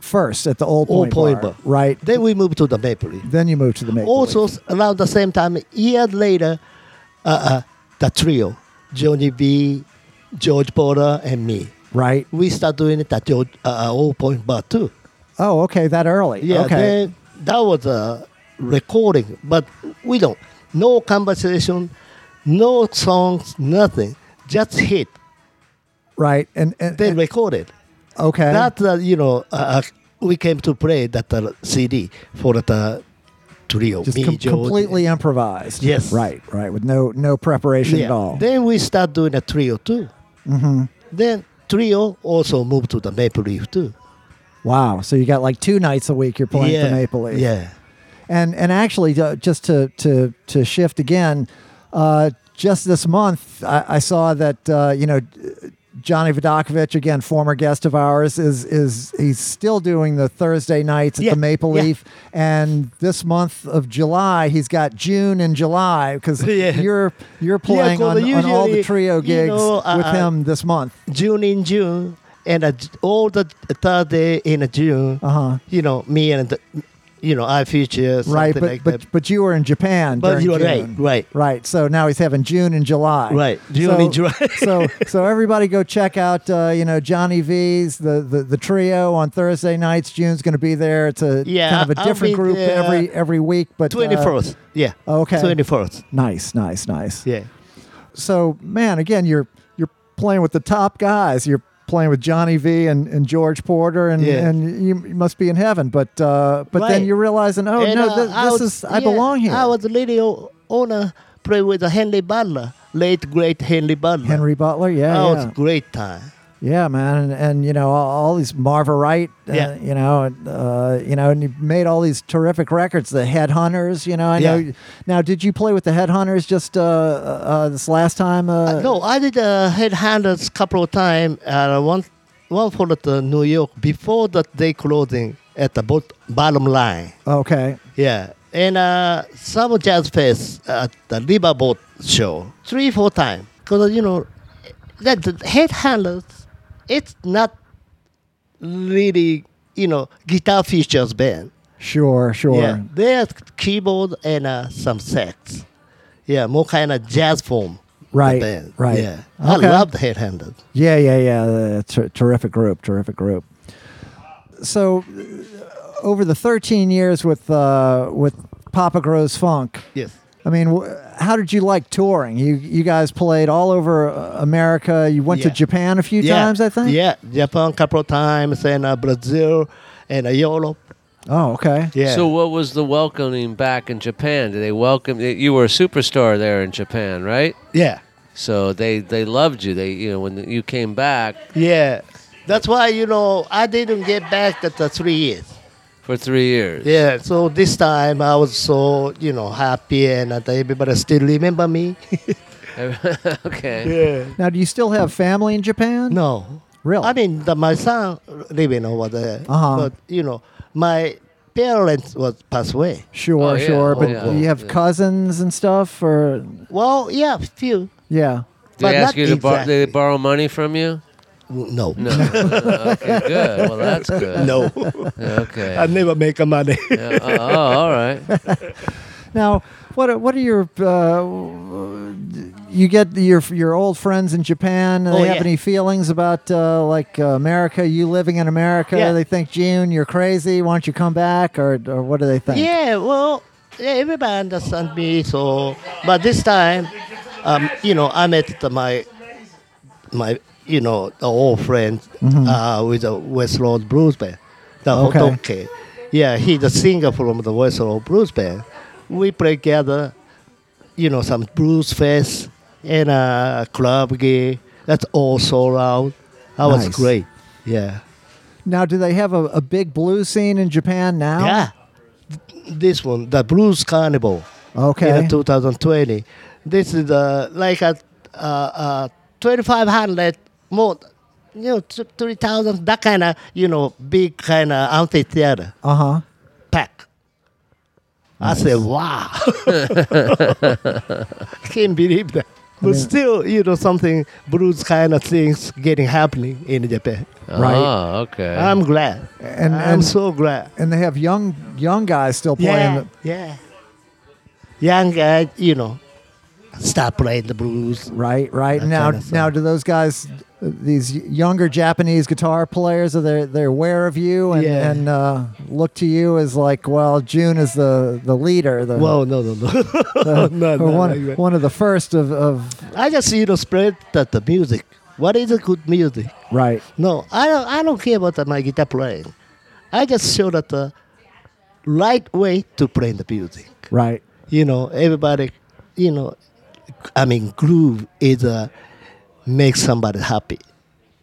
Speaker 1: first at the Old
Speaker 3: all
Speaker 1: Point,
Speaker 3: point
Speaker 1: Bar,
Speaker 3: bar. Oh,
Speaker 1: right?
Speaker 3: Then we moved to the Maple Leaf.
Speaker 1: Then you moved to the Maple
Speaker 3: Also
Speaker 1: Leaf.
Speaker 3: s- around the same time, year later, uh, uh, the trio, Johnny B, George Porter, and me,
Speaker 1: right?
Speaker 3: we start doing it at George, uh, uh, all point bar too.
Speaker 1: Oh, okay, that early.
Speaker 3: Yeah.
Speaker 1: okay.
Speaker 3: Then that was a recording, but we don't no conversation, no songs, nothing, just hit.
Speaker 1: right. And, and,
Speaker 3: Then
Speaker 1: and-
Speaker 3: recorded.
Speaker 1: okay.
Speaker 3: That uh, you know, uh, uh, we came to play that uh, CD for the uh, trio.
Speaker 1: just
Speaker 3: me,
Speaker 1: com-
Speaker 3: George,
Speaker 1: completely improvised.
Speaker 3: Yes.
Speaker 1: Right, right, with no no preparation at all.
Speaker 3: Then we start doing a trio too. Mm-hmm. Then trio also moved to the Maple Leaf too.
Speaker 1: wow. So you got like two nights a week you're playing at the Maple Leaf.
Speaker 3: Yeah.
Speaker 1: And and actually, uh, just to to to shift again, uh, just this month I, I saw that uh, you know Johnny Vodakovich, again former guest of ours, is is he's still doing the Thursday nights at
Speaker 3: Yeah,
Speaker 1: the Maple
Speaker 3: yeah.
Speaker 1: Leaf, and this month of July he's got June and July because
Speaker 3: [LAUGHS] Yeah.
Speaker 1: you're you're
Speaker 3: Yeah,
Speaker 1: playing on,
Speaker 3: 'cause
Speaker 1: on all the
Speaker 3: usually,
Speaker 1: trio
Speaker 3: you
Speaker 1: gigs
Speaker 3: know, uh,
Speaker 1: with
Speaker 3: uh,
Speaker 1: him this month.
Speaker 3: June in June and uh, all the third day in June.
Speaker 1: Uh huh.
Speaker 3: You know, me and the, you know, I feature something
Speaker 1: Right, but
Speaker 3: like
Speaker 1: but
Speaker 3: that.
Speaker 1: but you were in Japan.
Speaker 3: But
Speaker 1: during
Speaker 3: you're
Speaker 1: June.
Speaker 3: right, right.
Speaker 1: right. So now he's having June and July.
Speaker 3: Right, June
Speaker 1: so,
Speaker 3: and July.
Speaker 1: [LAUGHS] so so everybody go check out uh, you know Johnny V's the, the the trio on Thursday nights. June's going to be there. It's a
Speaker 3: Yeah,
Speaker 1: kind of a
Speaker 3: I'll
Speaker 1: different
Speaker 3: be
Speaker 1: group
Speaker 3: there
Speaker 1: every every week. But uh,
Speaker 3: Twenty first. yeah.
Speaker 1: okay.
Speaker 3: Twenty first.
Speaker 1: nice, nice, nice.
Speaker 3: Yeah.
Speaker 1: So man, again, you're you're playing with the top guys. You're playing with Johnny V and, and George Porter, and
Speaker 3: Yeah.
Speaker 1: and you, you must be in heaven. But uh, but then
Speaker 3: Right.
Speaker 1: you're realizing, oh
Speaker 3: And,
Speaker 1: no,
Speaker 3: uh,
Speaker 1: th- this
Speaker 3: I was-
Speaker 1: is I
Speaker 3: yeah,
Speaker 1: belong here.
Speaker 3: I was really o- honor play with Henry Butler, late great Henry Oh, Butler.
Speaker 1: Henry Butler, yeah,
Speaker 3: that
Speaker 1: yeah.
Speaker 3: was great time.
Speaker 1: Yeah, man, and, and you know all, all these Marva Wright, uh,
Speaker 3: Yeah.
Speaker 1: you know, and, uh, you know, and you made all these terrific records. The Headhunters, you know, I
Speaker 3: Yeah.
Speaker 1: know. Now, did you play with the Headhunters just uh, uh, this last time? Uh,
Speaker 3: No, I did uh, headhunters couple of times. Uh, one, one for the New York before that they closing at the bot- bottom line.
Speaker 1: Okay.
Speaker 3: Yeah, and uh, some jazz fest at the Riverboat show three four times because you know that the headhunters, it's not really you know guitar features band.
Speaker 1: Sure. Sure.
Speaker 3: Yeah, there's keyboard and uh, some sax. Yeah, more kind of jazz form. the
Speaker 1: Right,
Speaker 3: band.
Speaker 1: right.
Speaker 3: Yeah, I
Speaker 1: Okay.
Speaker 3: love the headhunters.
Speaker 1: Yeah, yeah, yeah. Uh, ter- terrific group, terrific group. So, uh, over the 13 years with uh, with Papa Grows Funk,
Speaker 3: Yes.
Speaker 1: I mean, wh- how did you like touring? You you guys played all over uh, America. You went to
Speaker 3: Yeah.
Speaker 1: Japan a few
Speaker 3: yeah.
Speaker 1: times, I think.
Speaker 3: Yeah, Japan couple of times and uh, Brazil and uh, Europe.
Speaker 1: Oh, okay.
Speaker 3: Yeah.
Speaker 2: So what was the welcoming back in Japan? Did they welcome you were a superstar there in Japan, right?
Speaker 3: yeah,
Speaker 2: So they they loved you. They you know when you came back
Speaker 3: yeah. That's why you know I didn't get back at the three years.
Speaker 2: for 3 years.
Speaker 3: Yeah. So this time I was so you know happy and that everybody still remember me. [LAUGHS]
Speaker 2: [LAUGHS] okay.
Speaker 3: yeah.
Speaker 1: Now, do you still have family in Japan?
Speaker 3: No.
Speaker 1: Really?
Speaker 3: I mean, the, my son living over there,
Speaker 1: Uh-huh.
Speaker 3: but you know, my parents was passed away.
Speaker 1: Sure,
Speaker 2: Oh, yeah.
Speaker 1: sure. But
Speaker 2: Oh, yeah.
Speaker 1: do you have
Speaker 2: Yeah.
Speaker 1: cousins and stuff, or
Speaker 3: Well, yeah, few,
Speaker 1: yeah.
Speaker 2: Did
Speaker 3: but
Speaker 2: they ask
Speaker 3: not
Speaker 2: you to bor-
Speaker 3: exactly.
Speaker 2: did they borrow money from you?
Speaker 3: No.
Speaker 2: No. okay, good. Well,
Speaker 1: [LAUGHS]
Speaker 2: that's good.
Speaker 3: [LAUGHS] No.
Speaker 2: Okay.
Speaker 3: [LAUGHS] I never make [LAUGHS] money.
Speaker 2: Yeah, oh, oh, all right.
Speaker 1: Now, what are, what are your uh, you get your your old friends in Japan? Do they
Speaker 3: Oh,
Speaker 1: have
Speaker 3: yeah.
Speaker 1: any feelings about uh, like uh, America? You living in America?
Speaker 3: Yeah.
Speaker 1: They think June, you're crazy. Why don't you come back? Or or what do they think?
Speaker 3: Yeah, well, yeah, everybody understands me. So, but this time, um, you know, I met the- my my you know the old friend uh, with the West Road Blues Band, the
Speaker 1: Mm-hmm. Okay.
Speaker 3: Hotoke. Yeah, he's a singer from the West Road Blues Band. We play together, you know, some blues fest and uh, club gig. That's all sold out. That was
Speaker 1: Nice.
Speaker 3: great. Yeah.
Speaker 1: Now, do they have a, a big blues scene in Japan now?
Speaker 3: Yeah. This one, the Blues Carnival.
Speaker 1: Okay.
Speaker 3: In 2020. This is uh, like a, uh, uh, 2,500 more, you know, th- 3,000, that kind of, you know, big kind of amphitheater
Speaker 1: Uh huh.
Speaker 3: pack. I said, wow. [LAUGHS] Can't believe that. But still, you know, something blues kind of things getting happening in Japan.
Speaker 1: [LAUGHS] Right.
Speaker 2: Oh, okay.
Speaker 3: I'm glad.
Speaker 1: And-
Speaker 3: I'm
Speaker 1: and-
Speaker 3: so glad.
Speaker 1: And they have young young guys still playing.
Speaker 3: Yeah,
Speaker 1: the-
Speaker 3: yeah. Young guy, you know, start playing the blues.
Speaker 1: Right, right.
Speaker 3: That
Speaker 1: now,
Speaker 3: kinda song.
Speaker 1: now, do those guys, these younger Japanese guitar players, are they they're aware of you and,
Speaker 3: Yeah.
Speaker 1: and uh, look to you as like, well, June is the the leader, the,
Speaker 3: Well, no, no, no. [LAUGHS]
Speaker 1: the-
Speaker 3: no,
Speaker 1: or
Speaker 3: no,
Speaker 1: one
Speaker 3: like that.
Speaker 1: one of the first of, of
Speaker 3: I just you know spread that the music. What is a good music?
Speaker 1: right.
Speaker 3: No, I don't. I don't care about my guitar playing. I just show that the right way to play the music.
Speaker 1: Right.
Speaker 3: You know, everybody. You know, I mean, groove is uh, make somebody happy.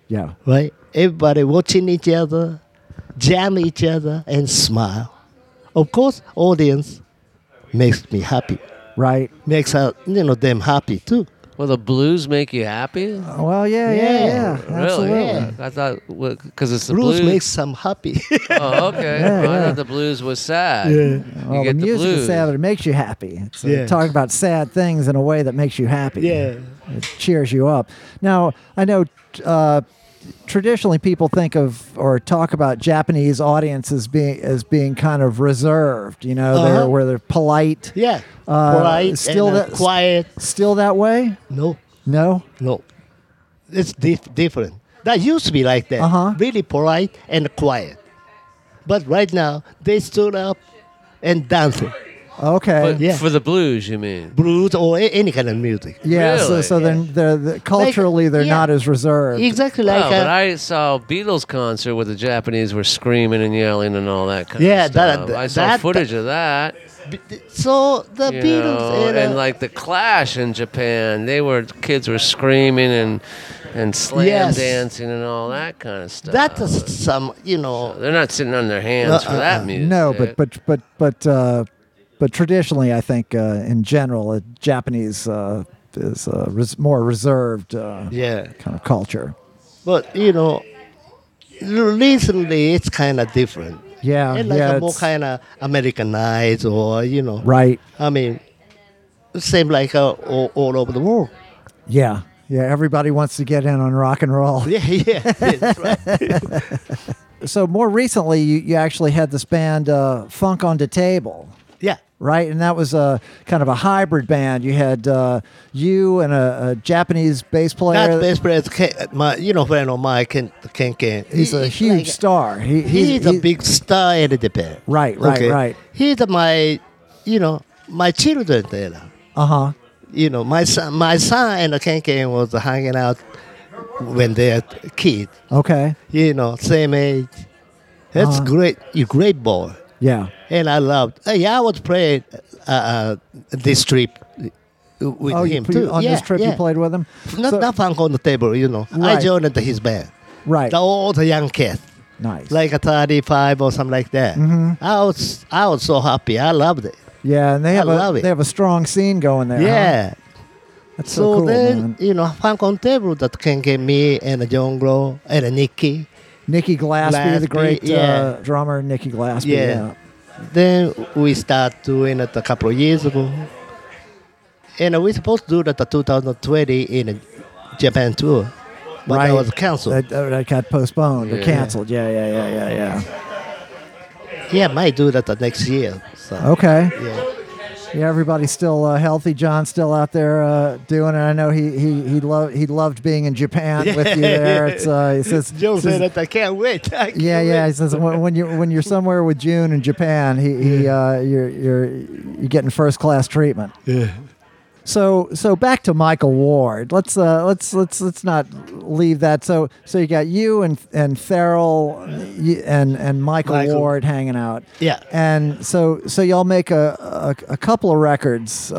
Speaker 1: Yeah.
Speaker 3: right? Everybody watching each other, jam each other, and smile. Of course, audience makes me happy,
Speaker 1: Right.
Speaker 3: makes uh, you know them happy too.
Speaker 2: well, the blues make you happy?
Speaker 1: Well, yeah, yeah, yeah.
Speaker 3: Yeah,
Speaker 1: absolutely.
Speaker 2: Really? I thought because it's the
Speaker 3: Blues
Speaker 2: blues.
Speaker 3: makes some
Speaker 2: [LAUGHS]
Speaker 3: happy.
Speaker 2: oh, okay.
Speaker 1: Yeah,
Speaker 2: Well, I
Speaker 1: yeah.
Speaker 2: thought the blues was sad. You
Speaker 1: Well, Oh, the
Speaker 2: get the,
Speaker 1: music
Speaker 2: blues.
Speaker 1: is sad, but it makes you happy. It's uh,
Speaker 3: Yeah.
Speaker 1: talking about sad things in a way that makes you happy.
Speaker 3: yeah,
Speaker 1: it cheers you up. Now, I know uh, traditionally people think of or talk about Japanese audiences being as being kind of reserved, you know, they're,
Speaker 3: Uh-huh.
Speaker 1: where they're polite.
Speaker 3: yeah.
Speaker 1: Uh,
Speaker 3: Polite
Speaker 1: still
Speaker 3: and, uh,
Speaker 1: that-
Speaker 3: quiet.
Speaker 1: Still that way?
Speaker 3: No,
Speaker 1: No.
Speaker 3: no, it's dif- different. That used to be like that.
Speaker 1: Uh-huh.
Speaker 3: Really polite and quiet. But right now they stood up and dancing
Speaker 1: Okay.
Speaker 2: But
Speaker 3: Yeah.
Speaker 2: for the blues, you mean?
Speaker 3: blues or a- any kind of music.
Speaker 1: yeah, so,
Speaker 2: Really?
Speaker 1: so they're, they're, they're culturally they're
Speaker 3: yeah.
Speaker 1: not as reserved.
Speaker 3: Exactly like
Speaker 2: wow,
Speaker 3: uh,
Speaker 2: but I saw a Beatles concert where the Japanese were screaming and yelling and all that kind
Speaker 3: Yeah,
Speaker 2: of
Speaker 3: that-
Speaker 2: stuff.
Speaker 3: that-
Speaker 2: I saw
Speaker 3: that-
Speaker 2: footage of that.
Speaker 3: B- th- So the
Speaker 2: you
Speaker 3: Beatles
Speaker 2: know,
Speaker 3: era,
Speaker 2: and like the Clash in Japan, they were kids were screaming and and slam
Speaker 3: Yes.
Speaker 2: dancing and all that kind of stuff.
Speaker 3: that is some you know
Speaker 2: They're not sitting on their hands for
Speaker 3: Uh, uh,
Speaker 2: that
Speaker 3: uh,
Speaker 2: music.
Speaker 1: no, but but but but uh, but traditionally, I think uh, in general, uh, Japanese uh, is uh, res- more reserved uh,
Speaker 3: yeah.
Speaker 1: kind of culture.
Speaker 3: But you know recently it's kind of different.
Speaker 1: Yeah,
Speaker 3: It's like
Speaker 1: yeah,
Speaker 3: a more
Speaker 1: it's-
Speaker 3: kind of Americanized or you know
Speaker 1: Right.
Speaker 3: I mean same like uh, all, all over the world. [LAUGHS]
Speaker 1: Yeah. Yeah. Everybody wants to get in on rock and roll.
Speaker 3: Yeah, yeah, that's right.
Speaker 1: So more recently, you, you actually had this band uh, Funk on the Table,
Speaker 3: yeah.
Speaker 1: right? And that was a kind of a hybrid band. You had uh, you and a, a Japanese bass player.
Speaker 3: That best friend, Ken, my you know friend of mine, Ken Ken Ken.
Speaker 1: he's a
Speaker 3: He-
Speaker 1: huge
Speaker 3: like-
Speaker 1: star. He,
Speaker 3: he's, a
Speaker 1: he-
Speaker 3: big star in Japan.
Speaker 1: Right, right, right.
Speaker 3: He's my, you know, my children there.
Speaker 1: Uh huh.
Speaker 3: You know, my son, my son and Ken Ken was hanging out when they're kids.
Speaker 1: Okay.
Speaker 3: You know, same age. That's
Speaker 1: Uh-huh.
Speaker 3: great. You great boy.
Speaker 1: Yeah.
Speaker 3: And I loved. uh, yeah, I was playing uh, uh, this trip with
Speaker 1: oh, you,
Speaker 3: him
Speaker 1: put-
Speaker 3: too.
Speaker 1: on
Speaker 3: yeah,
Speaker 1: this trip
Speaker 3: yeah.
Speaker 1: you played with him.
Speaker 3: [LAUGHS] Not,
Speaker 1: So-
Speaker 3: not funk on the table, you know.
Speaker 1: Right.
Speaker 3: I joined his band.
Speaker 1: Right.
Speaker 3: The, all the young kids.
Speaker 1: Nice.
Speaker 3: like a 35 or something like that.
Speaker 1: Mm-hmm.
Speaker 3: I was I was so happy. I loved it.
Speaker 1: yeah, and they
Speaker 3: I
Speaker 1: have
Speaker 3: love
Speaker 1: a
Speaker 3: it.
Speaker 1: they have a strong scene going there. huh?
Speaker 3: yeah.
Speaker 1: That's Uh-huh. so,
Speaker 3: So,
Speaker 1: cool,
Speaker 3: then
Speaker 1: man.
Speaker 3: you know, funk on table that can get me and John Grow and Nikki.
Speaker 1: Nikki Glaspie, the
Speaker 3: Glaspie,
Speaker 1: great
Speaker 3: yeah.
Speaker 1: uh, drummer, Nikki Glaspie.
Speaker 3: Yeah.
Speaker 1: yeah.
Speaker 3: Then we start doing it a couple of years ago. And we supposed to do that the 2020 in Japan tour. but
Speaker 1: right?
Speaker 3: that was canceled.
Speaker 1: That, uh, that got postponed or
Speaker 2: Yeah.
Speaker 1: canceled. Yeah, yeah, yeah, yeah, yeah.
Speaker 3: yeah, might do that the next year. So.
Speaker 1: Okay.
Speaker 3: Yeah.
Speaker 1: Yeah, everybody's still uh, healthy. John's still out there uh, doing it. I know he he he loved he loved being in
Speaker 3: [LAUGHS]
Speaker 1: Japan with you there. It's uh, he says,
Speaker 3: Joe
Speaker 1: says-
Speaker 3: said that I can't wait. [LAUGHS] I can't
Speaker 1: yeah, yeah. He
Speaker 3: wait."
Speaker 1: says when, when you when you're somewhere with June in Japan, he, he uh, you're you're you're getting first class treatment.
Speaker 3: Yeah.
Speaker 1: So so back to Michael Ward. Let's uh, let's let's let's not leave that. So so you got you and and Farrell y- and and Michael,
Speaker 3: Michael.
Speaker 1: Ward hanging out.
Speaker 3: Yeah.
Speaker 1: And so so y'all make a a, a couple of records uh,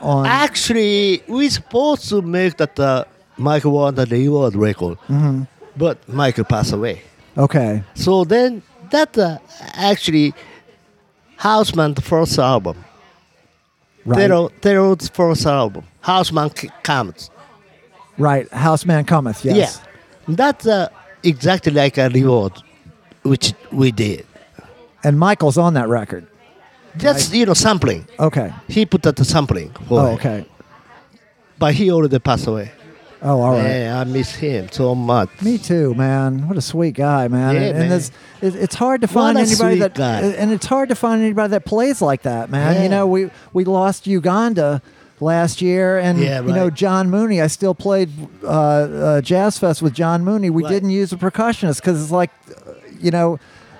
Speaker 1: on.
Speaker 3: Ah. Actually, we supposed to make that uh, Michael Warren the reward record, but Michael passed away.
Speaker 1: okay.
Speaker 3: So then that uh, actually Houseman's first album,
Speaker 1: Right.
Speaker 3: Tero, Tero's first album, Houseman C- comes.
Speaker 1: Right. Houseman cometh. Yes.
Speaker 3: Yeah, that's uh, exactly like a reward, which we did.
Speaker 1: And Michael's on that record.
Speaker 3: Just you know sampling.
Speaker 1: Okay.
Speaker 3: He put that sampling for
Speaker 1: Oh,
Speaker 3: it.
Speaker 1: okay.
Speaker 3: but he already passed away.
Speaker 1: Oh, all right.
Speaker 3: Yeah, I miss him so much.
Speaker 1: Me too, man. What a sweet guy, man.
Speaker 3: Yeah,
Speaker 1: and
Speaker 3: man.
Speaker 1: It's, it, it's hard to
Speaker 3: What
Speaker 1: find
Speaker 3: a
Speaker 1: anybody
Speaker 3: sweet
Speaker 1: that,
Speaker 3: guy.
Speaker 1: and it's hard to find anybody that plays like that, man. You
Speaker 3: Yeah.
Speaker 1: know, we we lost Uganda last year, and
Speaker 3: Yeah,
Speaker 1: you know
Speaker 3: right.
Speaker 1: John Mooney. I still played uh, uh, Jazz Fest with John Mooney. We
Speaker 3: Right.
Speaker 1: didn't use a percussionist because it's like, uh, you know,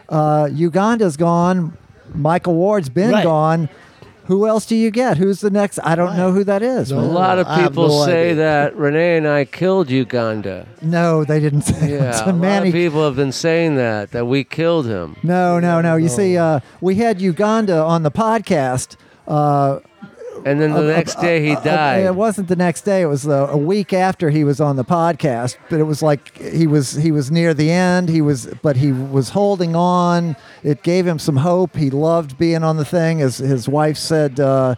Speaker 1: uh, Uganda's gone. Michael Ward's been
Speaker 3: Right.
Speaker 1: gone. Who else do you get? Who's the next? I don't know who that is.
Speaker 2: A
Speaker 1: man.
Speaker 2: lot of
Speaker 3: I have
Speaker 2: people
Speaker 3: no
Speaker 2: say
Speaker 3: idea.
Speaker 2: that Renee and I killed
Speaker 3: [LAUGHS]
Speaker 2: Uganda.
Speaker 1: No, they didn't [LAUGHS] say.
Speaker 2: Yeah,
Speaker 1: that.
Speaker 2: a lot
Speaker 1: Manny
Speaker 2: of people have been saying that that we killed him.
Speaker 1: No, no, no. You see, uh, we had Uganda on the podcast. Uh,
Speaker 2: And then the next day he
Speaker 1: uh,
Speaker 2: died.
Speaker 1: it wasn't the next day. It was uh, a week after he was on the podcast. But it was like he was he was near the end. He was, but he was holding on. It gave him some hope. He loved being on the thing. As his wife said, uh,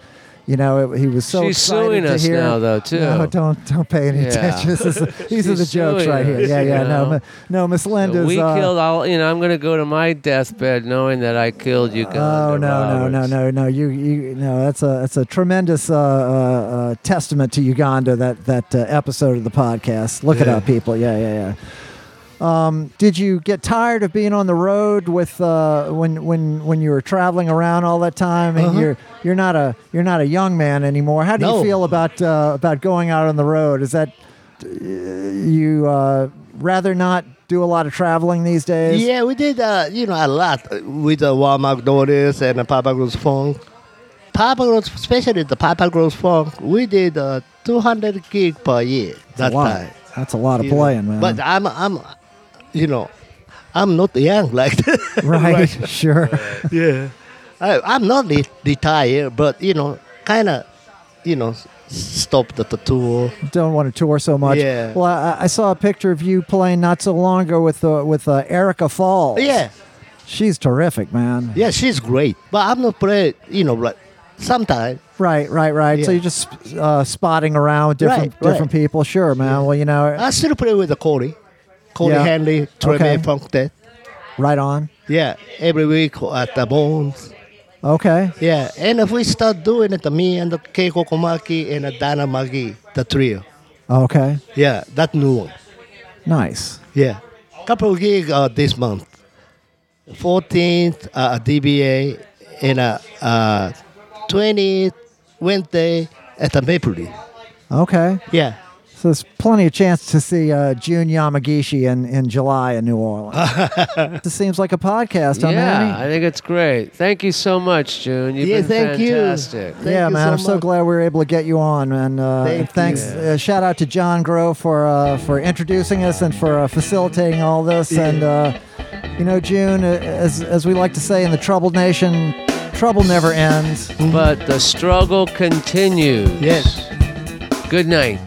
Speaker 1: you know, it, he was so
Speaker 2: She's
Speaker 1: excited
Speaker 2: suing
Speaker 1: to
Speaker 2: us
Speaker 1: hear.
Speaker 2: now, though, too.
Speaker 1: No, don't don't pay any
Speaker 2: Yeah.
Speaker 1: attention. This
Speaker 2: [LAUGHS]
Speaker 1: is- these are
Speaker 2: She's
Speaker 1: the jokes
Speaker 2: suing
Speaker 1: right here.
Speaker 2: us,
Speaker 1: Yeah,
Speaker 2: you
Speaker 1: yeah. No,
Speaker 2: know.
Speaker 1: mi- no. Miss Linda's.
Speaker 2: we
Speaker 1: uh,
Speaker 2: killed all. You know, I'm gonna go to my deathbed knowing that I killed Uganda.
Speaker 3: uh,
Speaker 1: Oh no, no, no,
Speaker 2: Roberts.
Speaker 1: no, no! You, you, no. That's a that's a tremendous uh, uh, uh, testament to Uganda that that uh, episode of the podcast. Look it up, people. Yeah, yeah, yeah. Um, did you get tired of being on the road with uh, when when when you were traveling around all that time? And
Speaker 3: Uh-huh.
Speaker 1: you're you're not a you're not a young man anymore. How do you
Speaker 3: No.
Speaker 1: feel about uh, about going out on the road? Is that uh, you uh, rather not do a lot of traveling these days?
Speaker 3: Yeah, we did, uh, you know, a lot uh, with uh, Juan McDonald's and uh, Papa Gross Funk. Papa Gross, especially the Papa Gross Funk, we did uh, 200 gig per year
Speaker 1: That's
Speaker 3: that
Speaker 1: a lot.
Speaker 3: time.
Speaker 1: That's a lot of
Speaker 3: you know.
Speaker 1: playing, man.
Speaker 3: But I'm, I'm, you know, I'm not young like [LAUGHS] that.
Speaker 1: right, [LAUGHS] sure.
Speaker 3: yeah. I, I'm not re- retired, but, you know, kind of, you know, s- stop the tour.
Speaker 1: Don't want to tour so much.
Speaker 3: Yeah.
Speaker 1: Well, I, I saw a picture of you playing not so long ago with uh, with uh, Erica Falls.
Speaker 3: Yeah.
Speaker 1: She's terrific, man.
Speaker 3: Yeah, she's great. But I'm not playing, you know, like, sometimes
Speaker 1: Right, right, right. So
Speaker 3: Yeah.
Speaker 1: you're just uh, spotting around with different
Speaker 3: Right, right.
Speaker 1: different people. Sure, man. Well, you know,
Speaker 3: I still play with the Corey. Corey
Speaker 1: Yeah.
Speaker 3: Henley, Treme
Speaker 1: Okay.
Speaker 3: Funk Dead.
Speaker 1: right on.
Speaker 3: Yeah, every week at the Bones.
Speaker 1: Okay.
Speaker 3: Yeah, and if we start doing it, me and the Keiko Komaki and the Dana Magi, the trio.
Speaker 1: Okay.
Speaker 3: Yeah, that new one.
Speaker 1: Nice.
Speaker 3: Yeah. Couple of gigs uh, this month. 14th, uh, DBA, and uh, uh, 20th, Wednesday at the Maple Leaf.
Speaker 1: Okay.
Speaker 3: Yeah.
Speaker 1: So there's plenty of chance to see uh, June Yamagishi in, in July in New
Speaker 3: [LAUGHS]
Speaker 1: Orleans. this seems like a podcast, huh, Manny?
Speaker 2: Yeah, I think it's great. Thank you so much, June. You've
Speaker 3: yeah,
Speaker 2: been
Speaker 3: thank
Speaker 2: fantastic.
Speaker 3: you. Thank
Speaker 1: yeah,
Speaker 3: you
Speaker 1: man, I'm so
Speaker 3: much.
Speaker 1: glad we were able to get you on, man. Uh,
Speaker 3: Thank
Speaker 1: and thanks.
Speaker 2: you.
Speaker 1: Uh, shout out to John Grow for uh, for introducing us and for uh, facilitating all this. And uh, you know, June, uh, as as we like to say in the troubled nation, trouble never ends.
Speaker 2: But the struggle continues.
Speaker 3: Yes.
Speaker 2: Good night.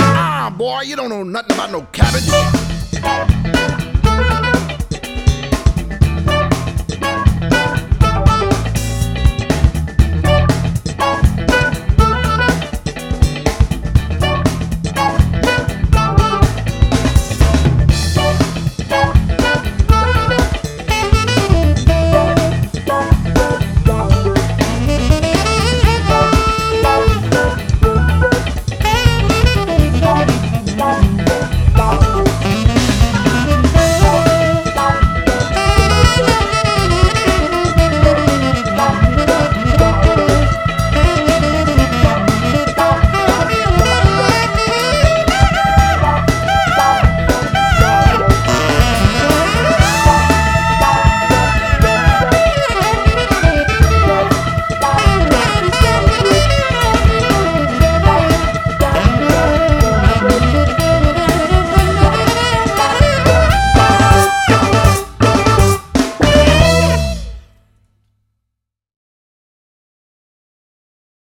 Speaker 5: Ah, boy. You don't know nothing about no cabbage.